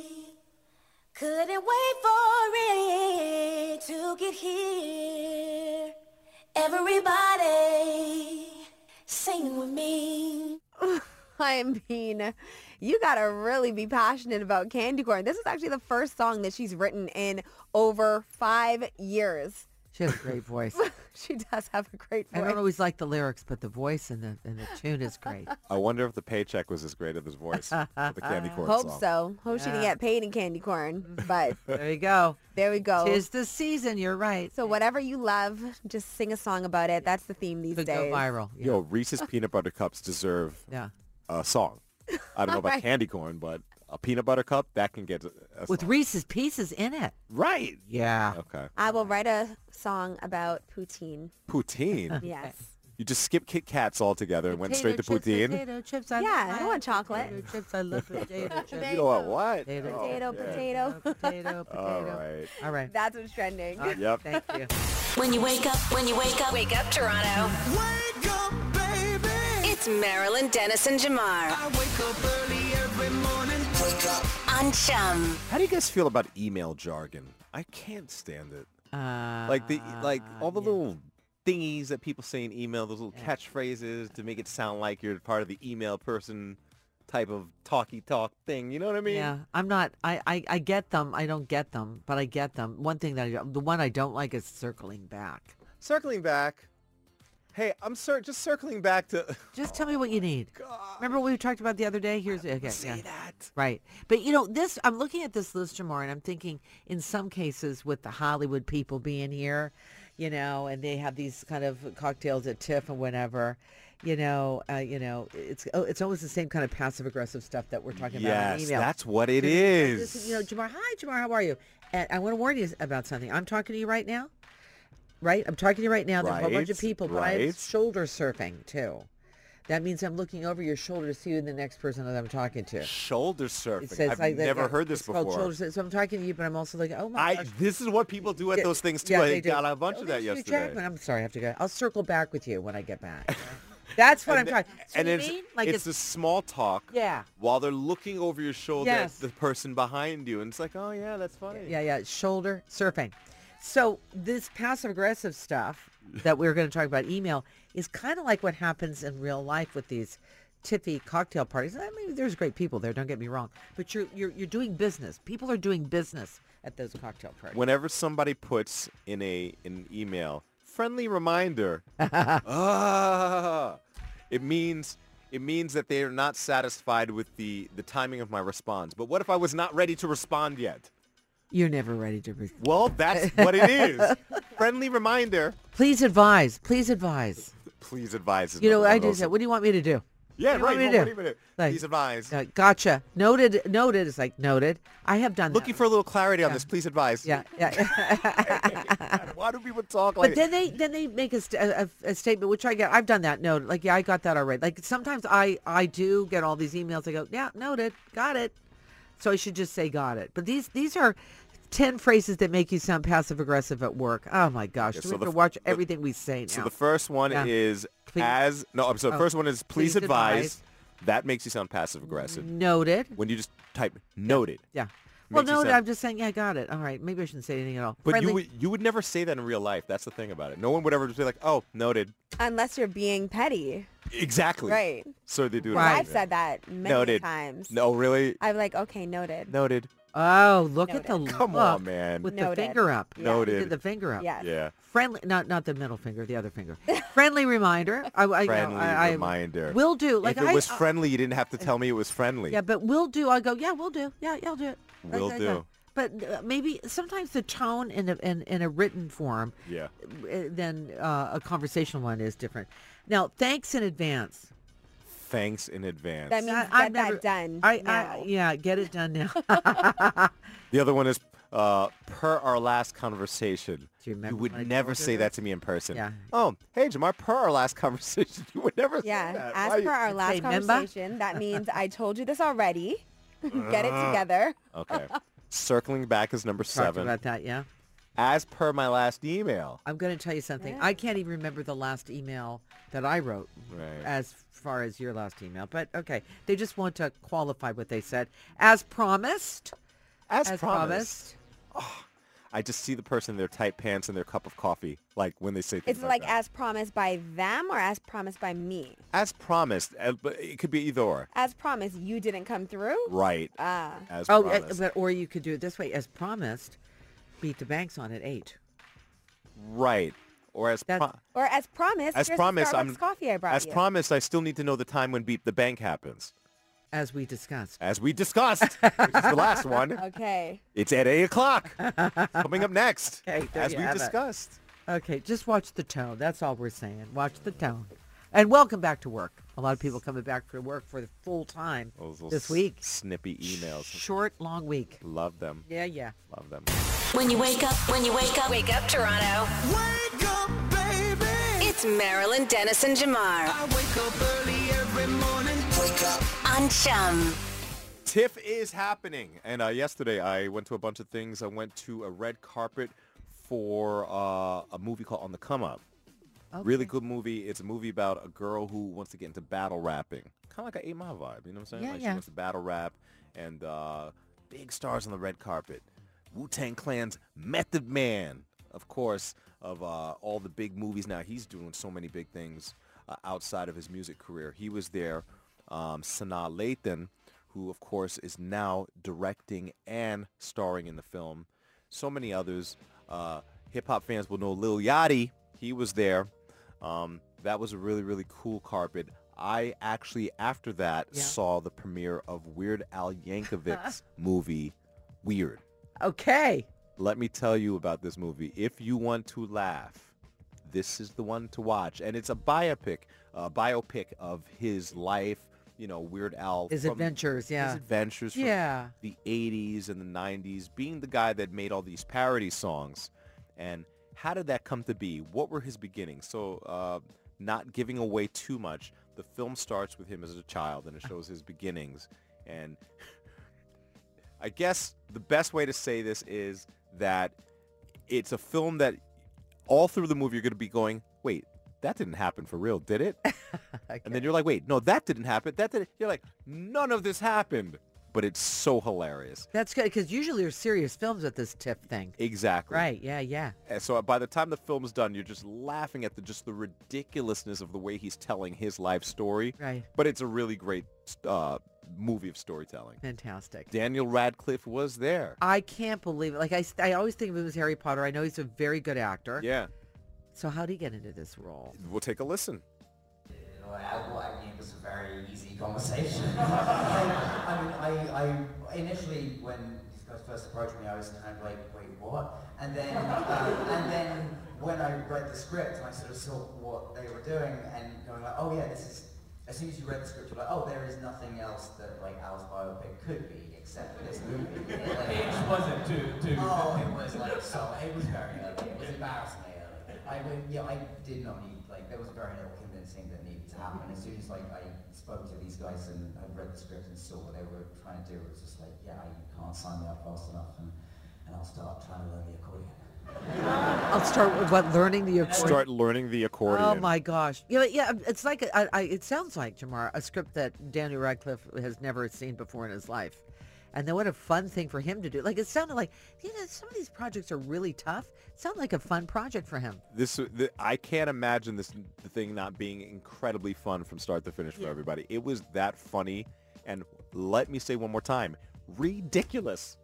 Speaker 9: Couldn't wait for it to get here. Everybody sing with me.
Speaker 7: I mean, you gotta really be passionate about candy corn. This is actually the first song that she's written in over five years.
Speaker 4: She has a great voice.
Speaker 7: she does have a great
Speaker 4: I
Speaker 7: voice.
Speaker 4: don't always like the lyrics, but the voice and the and the tune is great.
Speaker 3: I wonder if the paycheck was as great as his voice for the candy corn
Speaker 7: Hope
Speaker 3: song.
Speaker 7: so. Hope she didn't
Speaker 4: Yeah.
Speaker 7: get paid in candy corn. But
Speaker 4: There you go.
Speaker 7: there we go.
Speaker 4: Tis the season. You're right.
Speaker 7: So whatever you love, just sing a song about it. That's the theme these
Speaker 4: Could go
Speaker 7: days.
Speaker 4: viral. Yeah.
Speaker 3: Yo, Reese's peanut butter cups deserve
Speaker 4: yeah.
Speaker 3: a song. I don't know about
Speaker 7: Right.
Speaker 3: candy corn, but a peanut butter cup that can get a a
Speaker 4: With
Speaker 3: song.
Speaker 4: Reese's Pieces in it.
Speaker 3: right.
Speaker 4: Yeah.
Speaker 3: Okay.
Speaker 7: I will write a song about poutine.
Speaker 3: Poutine.
Speaker 7: Yes.
Speaker 3: you just skip Kit Kats altogether and went straight to
Speaker 4: Potato chips,
Speaker 3: poutine.
Speaker 4: Potato chips. I
Speaker 7: Yeah,
Speaker 4: love
Speaker 7: I want
Speaker 4: my
Speaker 7: chocolate.
Speaker 4: Potato chips. I love potato
Speaker 3: You
Speaker 4: chips.
Speaker 3: know what? What?
Speaker 4: Potato,
Speaker 3: Oh,
Speaker 7: Potato,
Speaker 3: yeah.
Speaker 7: potato.
Speaker 4: Potato, potato.
Speaker 3: All right.
Speaker 4: All right.
Speaker 7: That's what's trending.
Speaker 3: Yep.
Speaker 4: Thank you.
Speaker 2: When you wake up, when you wake up,
Speaker 1: Wake up, Toronto.
Speaker 5: Wake up, baby.
Speaker 1: It's Marilyn Dennis and Jamar
Speaker 5: I wake up early every morning.
Speaker 1: on Chum.
Speaker 3: How do you guys feel about email jargon? I can't stand it.
Speaker 4: Uh,
Speaker 3: Like the like all the
Speaker 4: yeah.
Speaker 3: little thingies that people say in email, those little catchphrases to make it sound like you're part of the email person type of talky talk thing. You know what I mean?
Speaker 4: Yeah, I'm not. I, I I get them. I don't get them, but I get them. One thing that I don't, the one I don't like is circling back.
Speaker 3: Circling back. Hey, I'm cir- just circling back to.
Speaker 4: Just tell me what you need. Remember what we talked about the other day? Here's okay.
Speaker 3: Say
Speaker 4: yeah.
Speaker 3: that.
Speaker 4: Right. But you know, this I'm looking at this list tomorrow and I'm thinking in some cases with the Hollywood people being here, you know, and they have these kind of cocktails at Tiff and whatever, you know, uh, you know, it's oh, it's always the same kind of passive aggressive stuff that we're talking about on
Speaker 3: Yes,
Speaker 4: email.
Speaker 3: that's what it
Speaker 4: Just,
Speaker 3: is.
Speaker 4: you know, Jamar, hi Jamar, how are you? And I want to warn you about something. I'm talking to you right now. Right? I'm talking to you right now. There's a whole bunch of
Speaker 3: Right,
Speaker 4: people, but I'm
Speaker 3: right.
Speaker 4: shoulder surfing too. That means I'm looking over your shoulder to see who the next person that I'm talking to.
Speaker 3: shoulder surfing.
Speaker 4: It says
Speaker 3: I've
Speaker 4: like that-
Speaker 3: never
Speaker 4: that-
Speaker 3: heard this
Speaker 4: it's called
Speaker 3: before.
Speaker 4: shoulder surf. So I'm talking to you, but I'm also like, oh my
Speaker 3: I.
Speaker 4: gosh.
Speaker 3: This is what people do at
Speaker 4: Yeah,
Speaker 3: those things too.
Speaker 4: yeah,
Speaker 3: I
Speaker 4: they do.
Speaker 3: got a bunch
Speaker 4: Oh,
Speaker 3: of that
Speaker 4: there's Hugh
Speaker 3: yesterday.
Speaker 4: Jackman. I'm sorry, I have to go. I'll circle back with you when I get back. That's what I'm
Speaker 3: th-
Speaker 4: talking. So you
Speaker 3: it's,
Speaker 4: mean, like
Speaker 3: it's, the small talk
Speaker 4: yeah,
Speaker 3: while they're looking over your shoulder
Speaker 4: Yes.
Speaker 3: at the person behind you. And it's like, oh, yeah, that's funny.
Speaker 4: yeah, yeah, shoulder surfing. So this passive aggressive stuff that we were going to talk about email is kind of like what happens in real life with these tiffy cocktail parties. I mean, there's great people there. Don't get me wrong, but you're you're you're doing business. People are doing business at those cocktail parties.
Speaker 3: Whenever somebody puts in a in an email, friendly reminder, ah, it means it means that they are not satisfied with the, the timing of my response. But what if I was not ready to respond yet?
Speaker 4: you're never ready to. Re-
Speaker 3: Well, that's what it is. Friendly reminder.
Speaker 4: please advise. Please advise.
Speaker 3: Please advise. is
Speaker 4: You know,
Speaker 3: another one
Speaker 4: I
Speaker 3: of
Speaker 4: do
Speaker 3: those-
Speaker 4: that. What do you want me to do?
Speaker 3: Yeah,
Speaker 4: you want
Speaker 3: right.
Speaker 4: me to do?
Speaker 3: What, what do you mean?
Speaker 4: Like,
Speaker 3: Please advise.
Speaker 4: Uh, gotcha. Noted. Noted. It's like noted. I have done
Speaker 3: Looking
Speaker 4: that.
Speaker 3: for a little clarity on this. Please advise.
Speaker 4: Yeah, yeah.
Speaker 3: Why do people talk like
Speaker 4: but then they then they make a, st- a, a- a statement, which I get. I've done that. Noted. Like, yeah, I got that already. Like sometimes I I do get all these emails. I go, yeah, noted. Got it. So I should just say got it. But these these are. 10 phrases that make you sound passive aggressive at work. Oh my gosh.
Speaker 3: Yeah,
Speaker 4: do
Speaker 3: so
Speaker 4: we have
Speaker 3: the
Speaker 4: to
Speaker 3: f-
Speaker 4: watch
Speaker 3: the-
Speaker 4: everything we say now?
Speaker 3: So the first one
Speaker 4: Yeah.
Speaker 3: is
Speaker 4: Please-
Speaker 3: as no. I'm sorry.
Speaker 4: Oh,
Speaker 3: The first one is please,
Speaker 4: please
Speaker 3: advise.
Speaker 4: advise.
Speaker 3: That makes you sound passive aggressive.
Speaker 4: noted.
Speaker 3: When you just type noted.
Speaker 4: Yeah. Well,
Speaker 3: Makes you
Speaker 4: noted.
Speaker 3: sound-
Speaker 4: I'm just saying, yeah, I got it. All right. Maybe I shouldn't say anything at all.
Speaker 3: But
Speaker 4: Friendly-
Speaker 3: you would, you would never say that in real life. That's the thing about it. No one would ever just be like, oh, noted.
Speaker 7: Unless you're being petty.
Speaker 3: Exactly.
Speaker 7: Right.
Speaker 3: So they do. it
Speaker 4: Right.
Speaker 3: all
Speaker 7: I've
Speaker 3: the
Speaker 7: said
Speaker 3: time.
Speaker 7: that many
Speaker 3: Noted.
Speaker 7: times.
Speaker 3: No, really.
Speaker 7: I'm like, okay, noted.
Speaker 3: Noted.
Speaker 4: Oh, look at the
Speaker 3: Come
Speaker 4: look
Speaker 3: on, man.
Speaker 4: with the
Speaker 7: Noted.
Speaker 4: finger up.
Speaker 7: Yeah.
Speaker 4: He did
Speaker 3: Noted.
Speaker 4: the finger up.
Speaker 7: Yes.
Speaker 3: yeah.
Speaker 4: Friendly, not not the middle finger, the other finger. Friendly reminder. I, I, you know,
Speaker 3: Friendly
Speaker 4: I, I
Speaker 3: reminder.
Speaker 4: Will do. Like
Speaker 3: if it
Speaker 4: I, uh,
Speaker 3: was
Speaker 4: I-
Speaker 3: friendly, you didn't have to tell me it was friendly.
Speaker 4: yeah, but will do. I go. Yeah, we'll do. Yeah, yeah, I'll do it. Like,
Speaker 3: Will
Speaker 4: like,
Speaker 3: do.
Speaker 4: But uh, maybe sometimes the tone in a in, in a written form
Speaker 3: Yeah.
Speaker 4: uh, than uh, a conversational one is different. Now, thanks in advance.
Speaker 3: Thanks in advance.
Speaker 7: That means
Speaker 4: I-
Speaker 7: get
Speaker 4: I
Speaker 7: that
Speaker 4: never-
Speaker 7: done.
Speaker 4: I, I
Speaker 7: now.
Speaker 4: yeah, get it done now.
Speaker 3: The other one is uh, per our last conversation.
Speaker 4: you remember
Speaker 3: you
Speaker 4: when I
Speaker 3: would never
Speaker 4: told you
Speaker 3: say
Speaker 4: this?
Speaker 3: that to me in person.
Speaker 4: Yeah.
Speaker 3: Oh, hey Jamar, per our last conversation, you would never
Speaker 7: Yeah.
Speaker 3: say that.
Speaker 7: As
Speaker 3: Why
Speaker 7: per
Speaker 3: you-
Speaker 7: our last
Speaker 4: say, "Memba?"
Speaker 7: conversation, that means I told you this already. Get
Speaker 3: Ah,
Speaker 7: it together.
Speaker 3: Okay. Circling back is number
Speaker 4: Talked
Speaker 3: seven.
Speaker 4: about that. Yeah.
Speaker 3: As per my last email.
Speaker 4: I'm going to tell you something. I can't even remember the last email that I wrote
Speaker 3: Right.
Speaker 4: as far as your last email, but okay. They just want to qualify what they said. As promised.
Speaker 3: As,
Speaker 4: As,
Speaker 3: promised. I just see the person in their tight pants and their cup of coffee, like when they say things
Speaker 7: It's like
Speaker 3: that.
Speaker 7: as promised by them or as promised by me.
Speaker 3: as promised. uh, But it could be either or.
Speaker 7: As promised, you didn't come through.
Speaker 3: Right.
Speaker 7: Ah.
Speaker 3: as
Speaker 4: Oh, uh,
Speaker 3: promised.
Speaker 4: but, or you could do it this way. As promised, beat the banks on at 8.
Speaker 3: Right. Or as
Speaker 4: That's-
Speaker 3: pro-
Speaker 7: Or as promised,
Speaker 3: as
Speaker 7: here's
Speaker 3: promised,
Speaker 7: the Starbucks
Speaker 3: I'm
Speaker 7: coffee I brought
Speaker 3: as
Speaker 7: you.
Speaker 3: promised. I still need to know the time when beep the bank happens,
Speaker 4: as we discussed.
Speaker 3: as we discussed, which is the last one.
Speaker 7: okay.
Speaker 3: It's at eight o'clock. Coming up next,
Speaker 4: Okay, there
Speaker 3: as
Speaker 4: you
Speaker 3: we
Speaker 4: have it.
Speaker 3: discussed.
Speaker 4: Okay, just watch the tone. That's all we're saying. Watch the tone. And welcome back to work. A lot of people coming back to work for the full time
Speaker 3: Those little
Speaker 4: this
Speaker 3: s-
Speaker 4: week.
Speaker 3: snippy emails.
Speaker 4: Short, long week.
Speaker 3: Love them.
Speaker 4: Yeah, yeah.
Speaker 3: Love them.
Speaker 2: When you wake up, when you wake up,
Speaker 1: Wake up, Toronto.
Speaker 5: Wake up, baby.
Speaker 1: It's Marilyn Dennison Jamar
Speaker 5: I wake up early every morning. Wake up.
Speaker 1: on Chum.
Speaker 3: TIFF is happening. And uh, yesterday I went to a bunch of things. I went to a red carpet for uh, a movie called On the Come Up. Really good movie. It's a movie about a girl who wants to get into battle rapping. Kind of like an 8 Mile vibe. You know what I'm saying?
Speaker 4: Yeah,
Speaker 3: like
Speaker 4: yeah.
Speaker 3: She wants to battle rap and uh, big stars on the red carpet. Wu-Tang Clan's Method Man, of course, of uh, all the big movies now. He's doing so many big things uh, outside of his music career. He was there. Um, Sanaa Lathan, who of course is now directing and starring in the film. So many others. Uh, hip-hop fans will know Lil Yachty. He was there. Um, that was a really, really cool carpet. I actually, after that,
Speaker 4: Yeah.
Speaker 3: saw the premiere of Weird Al Yankovic's movie, Weird.
Speaker 4: Okay.
Speaker 3: Let me tell you about this movie. If you want to laugh, this is the one to watch. And it's a biopic, a biopic of his life, you know, Weird Al.
Speaker 4: His
Speaker 3: from-
Speaker 4: adventures, yeah.
Speaker 3: His adventures from
Speaker 4: Yeah.
Speaker 3: the 80s and the 90s, being the guy that made all these parody songs. And how did that come to be? What were his beginnings? So uh, not giving away too much, the film starts with him as a child and it shows his beginnings. And I guess the best way to say this is that it's a film that all through the movie you're going to be going, wait, that didn't happen for real, did it? And then you're like, wait, no, that didn't happen. That didn't. You're like, none of this happened. But it's so hilarious.
Speaker 4: That's good because usually there's serious films with this tip thing.
Speaker 3: Exactly.
Speaker 4: Right. Yeah. Yeah.
Speaker 3: And so by the time the film's done, you're just laughing at the just the ridiculousness of the way he's telling his life story.
Speaker 4: Right.
Speaker 3: But it's a really great uh, movie of storytelling.
Speaker 4: Fantastic.
Speaker 3: Daniel Radcliffe was there.
Speaker 4: I can't believe it. Like I, s- I always think of him as Harry Potter. I know he's a very good actor.
Speaker 3: Yeah.
Speaker 4: So how did he get into this role?
Speaker 3: We'll take a listen.
Speaker 10: Well, I mean, it was a very easy conversation. I mean, I, I initially, when these guys first approached me, I was kind of like, wait, what? And then, um, and then when I read the script, and I sort of saw what they were doing, and going like, oh yeah, this is. As soon as you read the script, you're like, oh, there is nothing else that like Al's biopic could be except this movie. It wasn't too, too. Oh, it was like so. It was very like it was embarrassing. I would, yeah, I did not need like there was very little convincing that needed to happen. As soon as like I spoke to these guys and I read the script and saw what they were trying to do, it was just like, yeah, you can't sign me up fast enough, and, and I'll start trying to learn the accordion.
Speaker 4: I'll start with what learning the accordion.
Speaker 3: Start learning the accordion.
Speaker 4: Oh my gosh! Yeah, but yeah. It's like a- I, I, it sounds like Jamar a script that Daniel Radcliffe has never seen before in his life, and then what a fun thing for him to do! Like it sounded like you know some of these projects are really tough. It sounded like a fun project for him.
Speaker 3: this the, I can't imagine this the thing not being incredibly fun from start to finish for everybody. It was that funny, and let me say one more time, ridiculous.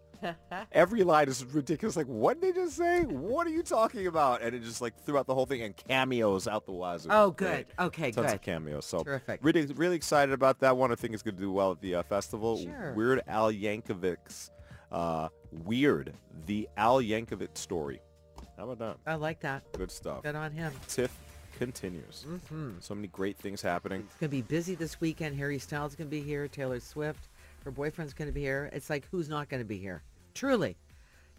Speaker 3: Every line is ridiculous. Like, what did they just say? What are you talking about? And it just like throughout the whole thing, and cameos out the wazoo.
Speaker 4: Oh,
Speaker 3: Great.
Speaker 4: good. Okay,
Speaker 3: Tons
Speaker 4: good.
Speaker 3: of cameos. So
Speaker 4: Terrific.
Speaker 3: Really, really excited about that one. I think it's going to do well at the uh, festival.
Speaker 4: Sure.
Speaker 3: Weird Al Yankovic's uh, Weird, the Al Yankovic story. How about that?
Speaker 4: I like that.
Speaker 3: Good stuff.
Speaker 4: Good on him.
Speaker 3: TIFF continues. So many great things happening.
Speaker 4: It's gonna be busy this weekend. Harry Styles gonna be here. Taylor Swift, her boyfriend's gonna be here. It's like who's not gonna be here? Truly.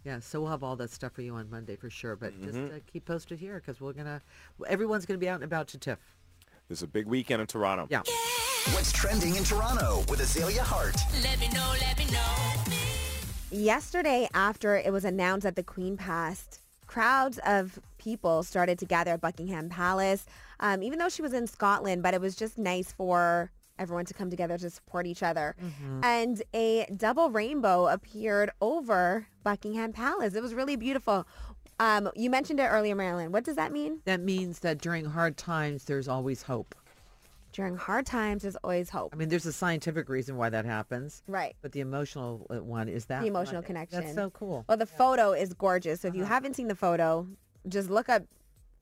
Speaker 4: Yeah, so we'll have all that stuff for you on Monday for sure. But just uh, keep posted here because we're gonna, everyone's gonna be out and about to TIFF.
Speaker 3: There's a big weekend in Toronto.
Speaker 4: Yeah.
Speaker 5: What's trending in Toronto with Azalea Hart?
Speaker 2: let me know, let me know.
Speaker 7: Yesterday, after it was announced that the Queen passed, crowds of people started to gather at Buckingham Palace, um, even though she was in Scotland, but it was just nice for everyone to come together to support each other.
Speaker 4: Mm-hmm.
Speaker 7: And a double rainbow appeared over Buckingham Palace. It was really beautiful. Um, you mentioned it earlier, Marilyn. What does that mean?
Speaker 4: That means that during hard times, there's always hope.
Speaker 7: During hard times, there's always hope.
Speaker 4: I mean, there's a scientific reason why that happens,
Speaker 7: Right.
Speaker 4: but the emotional uh, one is that
Speaker 7: The emotional
Speaker 4: one.
Speaker 7: connection.
Speaker 4: That's so cool.
Speaker 7: Well, the photo is gorgeous. So if you haven't seen the photo, just look up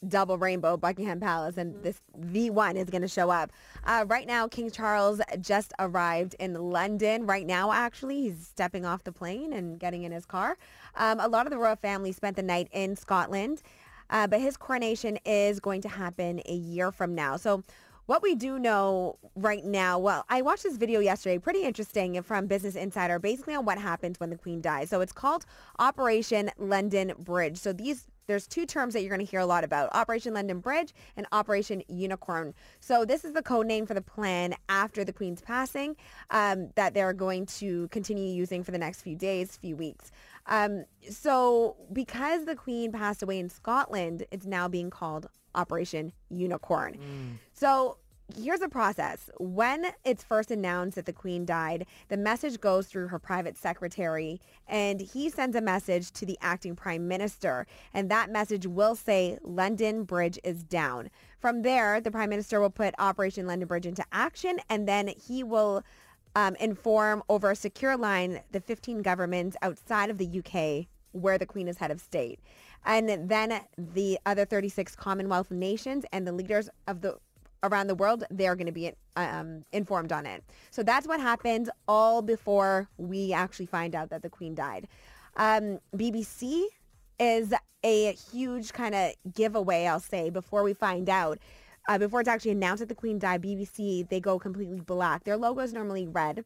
Speaker 7: double rainbow Buckingham Palace and this the one is going to show up. Uh, right now, King Charles just arrived in London. Right now, actually, he's stepping off the plane and getting in his car. Um, a lot of the royal family spent the night in Scotland, uh, but his coronation is going to happen a year from now. So. What we do know right now, well, I watched this video yesterday, pretty interesting from Business Insider, basically on what happens when the Queen dies. So it's called Operation London Bridge. So these there's two terms that you're going to hear a lot about Operation London Bridge and Operation Unicorn. So this is the code name for the plan after the Queen's passing um, that they're going to continue using for the next few days, few weeks. Um, so because the Queen passed away in Scotland, it's now being called Operation Unicorn. So here's the process. When it's first announced that the queen died, the message goes through her private secretary and he sends a message to the acting prime minister. And that message will say London Bridge is down. From there, the prime minister will put Operation London Bridge into action and then he will um, inform over a secure line the 15 governments outside of the UK where the queen is head of state. And then the other 36 Commonwealth nations and the leaders of the around the world, they're going to be um, informed on it. So that's what happens all before we actually find out that the queen died. Um, BBC is a huge kind of giveaway, I'll say, before we find out. Uh, before it's actually announced that the queen died, BBC, they go completely black. Their logo is normally red.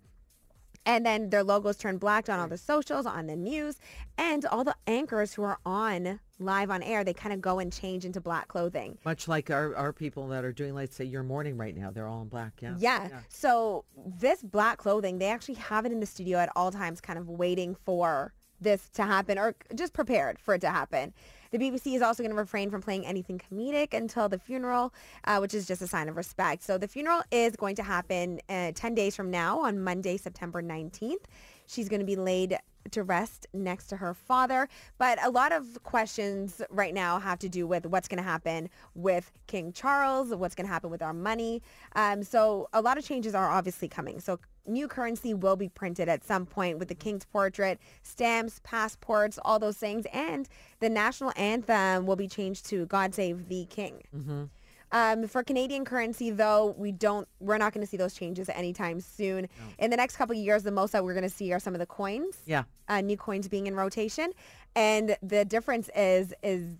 Speaker 7: And then their logos turn black on all the socials, on the news, and all the anchors who are on live on air, they kind of go and change into black clothing.
Speaker 4: Much like our, our people that are doing, let's say, your morning right now, they're all in black. Yeah.
Speaker 7: Yeah. So this black clothing, they actually have it in the studio at all times, kind of waiting for this to happen or just prepared for it to happen. The BBC is also going to refrain from playing anything comedic until the funeral, uh, which is just a sign of respect. So the funeral is going to happen uh, 10 days from now on Monday, September 19th. She's going to be laid to rest next to her father. But a lot of questions right now have to do with what's going to happen with King Charles, what's going to happen with our money. Um, so a lot of changes are obviously coming. So new currency will be printed at some point with the king's portrait, stamps, passports, all those things. And the national anthem will be changed to God Save the King. Um, for Canadian currency, though, we don't, we're not going to see those changes anytime soon. In the next couple of years, the most that we're going to see are some of the coins,
Speaker 4: Yeah.
Speaker 7: uh, new coins being in rotation, and the difference is is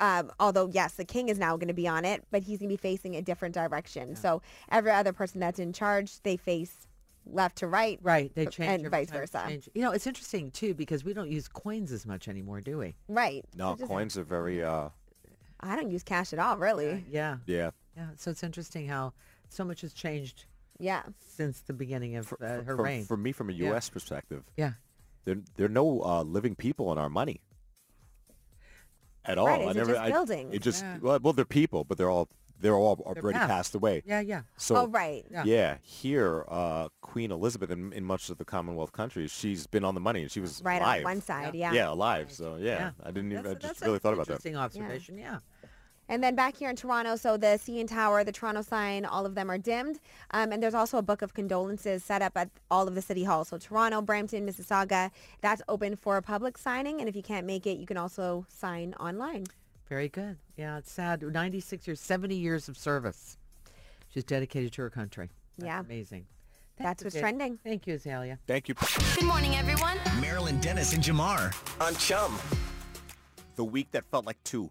Speaker 7: um, although yes, the king is now going to be on it, but he's going to be facing a different direction. So every other person that's in charge, they face left to right.
Speaker 4: Right. They
Speaker 7: b-
Speaker 4: change
Speaker 7: and
Speaker 4: every
Speaker 7: vice
Speaker 4: time,
Speaker 7: versa.
Speaker 4: change. You know, it's interesting too because we don't use coins as much anymore, do we?
Speaker 7: Right.
Speaker 3: No, coins are very, uh,
Speaker 7: I don't use cash at all, really.
Speaker 4: Yeah.
Speaker 3: yeah.
Speaker 4: Yeah. So it's interesting how so much has changed
Speaker 7: Yeah.
Speaker 4: since the beginning of uh, her
Speaker 3: For,
Speaker 4: reign.
Speaker 3: for me, from a
Speaker 4: Yeah.
Speaker 3: U.S. perspective,
Speaker 4: yeah.
Speaker 3: there, there are no uh, living people in our money at all.
Speaker 7: Right, is
Speaker 3: I
Speaker 7: it
Speaker 3: never,
Speaker 7: just
Speaker 3: I,
Speaker 7: buildings?
Speaker 3: It just
Speaker 4: Yeah.
Speaker 3: well, well, they're people, but they're all they're all already
Speaker 4: passed.
Speaker 3: passed. away.
Speaker 4: Yeah. Yeah.
Speaker 3: So
Speaker 7: oh, right.
Speaker 4: Yeah.
Speaker 3: Yeah. here, uh, Queen Elizabeth in, in much of the Commonwealth countries, she's been on the money and she was
Speaker 7: Right
Speaker 3: alive.
Speaker 7: on one side.
Speaker 3: Yeah,
Speaker 7: Yeah.
Speaker 3: alive. So yeah,
Speaker 4: Yeah.
Speaker 3: I didn't even,
Speaker 4: That's-
Speaker 3: I
Speaker 4: that's
Speaker 3: just really
Speaker 4: an
Speaker 3: thought about that.
Speaker 4: Interesting observation. Yeah.
Speaker 7: And then back here in Toronto, so the CN Tower, the Toronto sign, all of them are dimmed. Um, and there's also a book of condolences set up at all of the city halls. So Toronto, Brampton, Mississauga, that's open for public signing. And if you can't make it, you can also sign online.
Speaker 4: Very good. Yeah. It's sad. 96 years, 70 years of service. She's dedicated to her country. That's
Speaker 7: Yeah.
Speaker 4: Amazing.
Speaker 7: That's what's
Speaker 4: Azalea.
Speaker 7: trending.
Speaker 4: Thank you, Azalea.
Speaker 3: Thank you.
Speaker 2: Good morning, everyone.
Speaker 5: Marilyn Dennis and Jamar on Chum.
Speaker 3: The week that felt like two.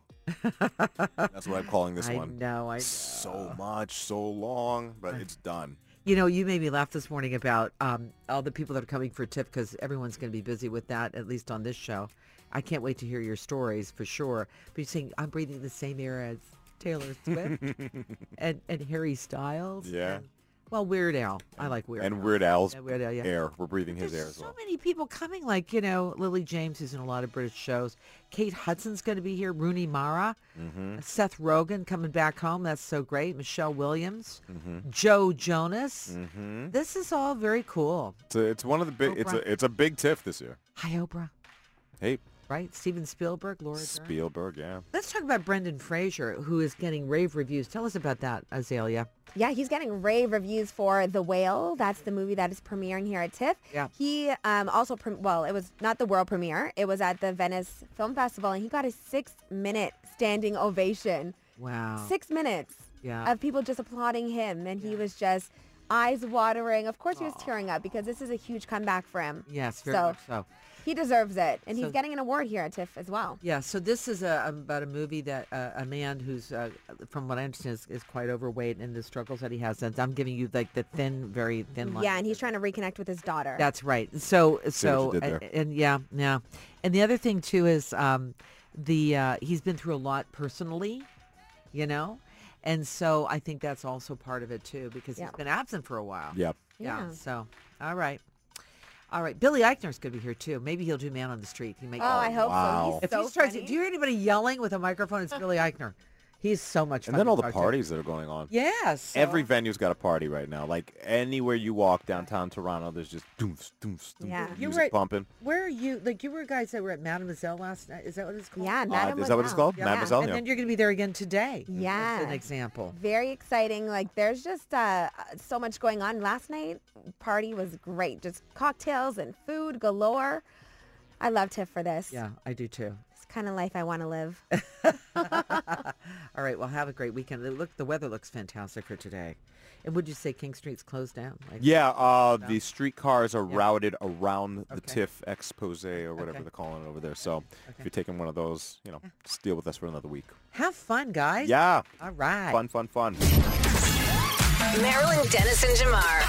Speaker 3: That's what I'm calling this
Speaker 4: I
Speaker 3: one.
Speaker 4: know. I
Speaker 3: So much, so long, but it's done.
Speaker 4: You know, you made me laugh this morning about um, all the people that are coming for TIFF because everyone's going to be busy with that, at least on this show. I can't wait to hear your stories for sure. But you're saying I'm breathing the same air as Taylor Swift and, and Harry Styles.
Speaker 3: Yeah.
Speaker 4: and- well, Weird Al. I like Weird Al.
Speaker 3: And Weird Al's
Speaker 4: Yeah, Weird Al, yeah.
Speaker 3: air. We're breathing his air
Speaker 4: There's
Speaker 3: as
Speaker 4: so
Speaker 3: well.
Speaker 4: many people coming, like, you know, Lily James, who's in a lot of British shows. Kate Hudson's going to be here. Rooney Mara.
Speaker 3: Mm-hmm.
Speaker 4: Seth Rogen coming back home. That's so great. Michelle Williams.
Speaker 3: Mm-hmm.
Speaker 4: Joe Jonas. This is all very cool. Oh,
Speaker 3: It's, a, it's one of the big. It's
Speaker 4: Oprah.
Speaker 3: a it's a big tiff this year.
Speaker 4: Hi, Oprah.
Speaker 3: Hey,
Speaker 4: right? Steven Spielberg, Laura. Dern.
Speaker 3: Spielberg, yeah.
Speaker 4: Let's talk about Brendan Fraser, who is getting rave reviews. Tell us about that, Azalea.
Speaker 7: Yeah, he's getting rave reviews for The Whale. That's the movie that is premiering here at TIFF.
Speaker 4: Yeah.
Speaker 7: He um, also, pre- well, it was not the world premiere. It was at the Venice Film Festival, and he got a six-minute standing ovation.
Speaker 4: Wow.
Speaker 7: Six minutes
Speaker 4: Yeah.
Speaker 7: of people just applauding him, and he was just eyes watering. Of course, he was tearing up because this is a huge comeback for him.
Speaker 4: Yes, very
Speaker 7: so
Speaker 4: much so.
Speaker 7: He deserves it, and
Speaker 4: So-
Speaker 7: he's getting an award here at TIFF as well.
Speaker 4: Yeah, so this is a, about a movie that uh, a man who's, uh, from what I understand, is, is quite overweight and the struggles that he has. And I'm giving you like the thin, very thin line.
Speaker 7: Mm, Yeah, and he's trying to reconnect with his daughter.
Speaker 4: That's right. So so
Speaker 3: did there.
Speaker 4: and, and yeah, yeah. And the other thing too is um the uh he's been through a lot personally, you know? And so I think that's also part of it too because
Speaker 7: Yeah.
Speaker 4: he's been absent for a while.
Speaker 3: Yep.
Speaker 4: Yeah.
Speaker 7: Yeah.
Speaker 4: So, all right. All right. Billy Eichner's going to be here too. Maybe he'll do man on the street. He may
Speaker 7: oh, I hope
Speaker 3: wow.
Speaker 7: so. He's
Speaker 4: If
Speaker 7: so
Speaker 4: he starts,
Speaker 7: funny.
Speaker 4: do you hear anybody yelling with a microphone? It's Billy Eichner. He's so much fun.
Speaker 3: And then
Speaker 4: to
Speaker 3: all the
Speaker 4: talk to.
Speaker 3: parties that are going on.
Speaker 4: Yes.
Speaker 3: Every venue's got a party right now. Like anywhere you walk downtown Toronto, there's just doomf, doomf, doomf,
Speaker 7: Yeah.
Speaker 3: music
Speaker 4: You were-
Speaker 3: bumping.
Speaker 4: Where are you? Like you were guys that were at Mademoiselle last night. Is that what it's called?
Speaker 7: yeah,
Speaker 3: Uh,
Speaker 7: Madame
Speaker 3: is that what it's
Speaker 7: Lamont.
Speaker 3: called?
Speaker 7: Yeah.
Speaker 3: Mademoiselle?
Speaker 4: And
Speaker 3: yeah.
Speaker 4: then you're going to be there again today. As an
Speaker 7: Yeah.
Speaker 4: example.
Speaker 7: Very exciting. Like there's just uh, so much going on. Last night party was great. Just cocktails and food galore. I love Tiff for this.
Speaker 4: Yeah, I do too.
Speaker 7: It's kind of life I want to live.
Speaker 4: All right. Well, have a great weekend. It Look, the weather looks fantastic for today. And would you say King Street's closed down? Like,
Speaker 3: Yeah, uh, the streetcars are routed around the
Speaker 4: Okay.
Speaker 3: TIFF expose or whatever
Speaker 4: Okay. Mm.
Speaker 3: they're calling it over there. So if you're taking one of those, you know, just deal with us for another week.
Speaker 4: Have fun, guys.
Speaker 3: Yeah,
Speaker 4: All right.
Speaker 3: fun, fun, fun.
Speaker 1: Marilyn Dennis oh and Jamar.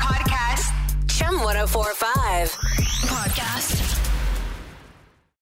Speaker 1: Podcast. Chum 1045.
Speaker 2: Podcast.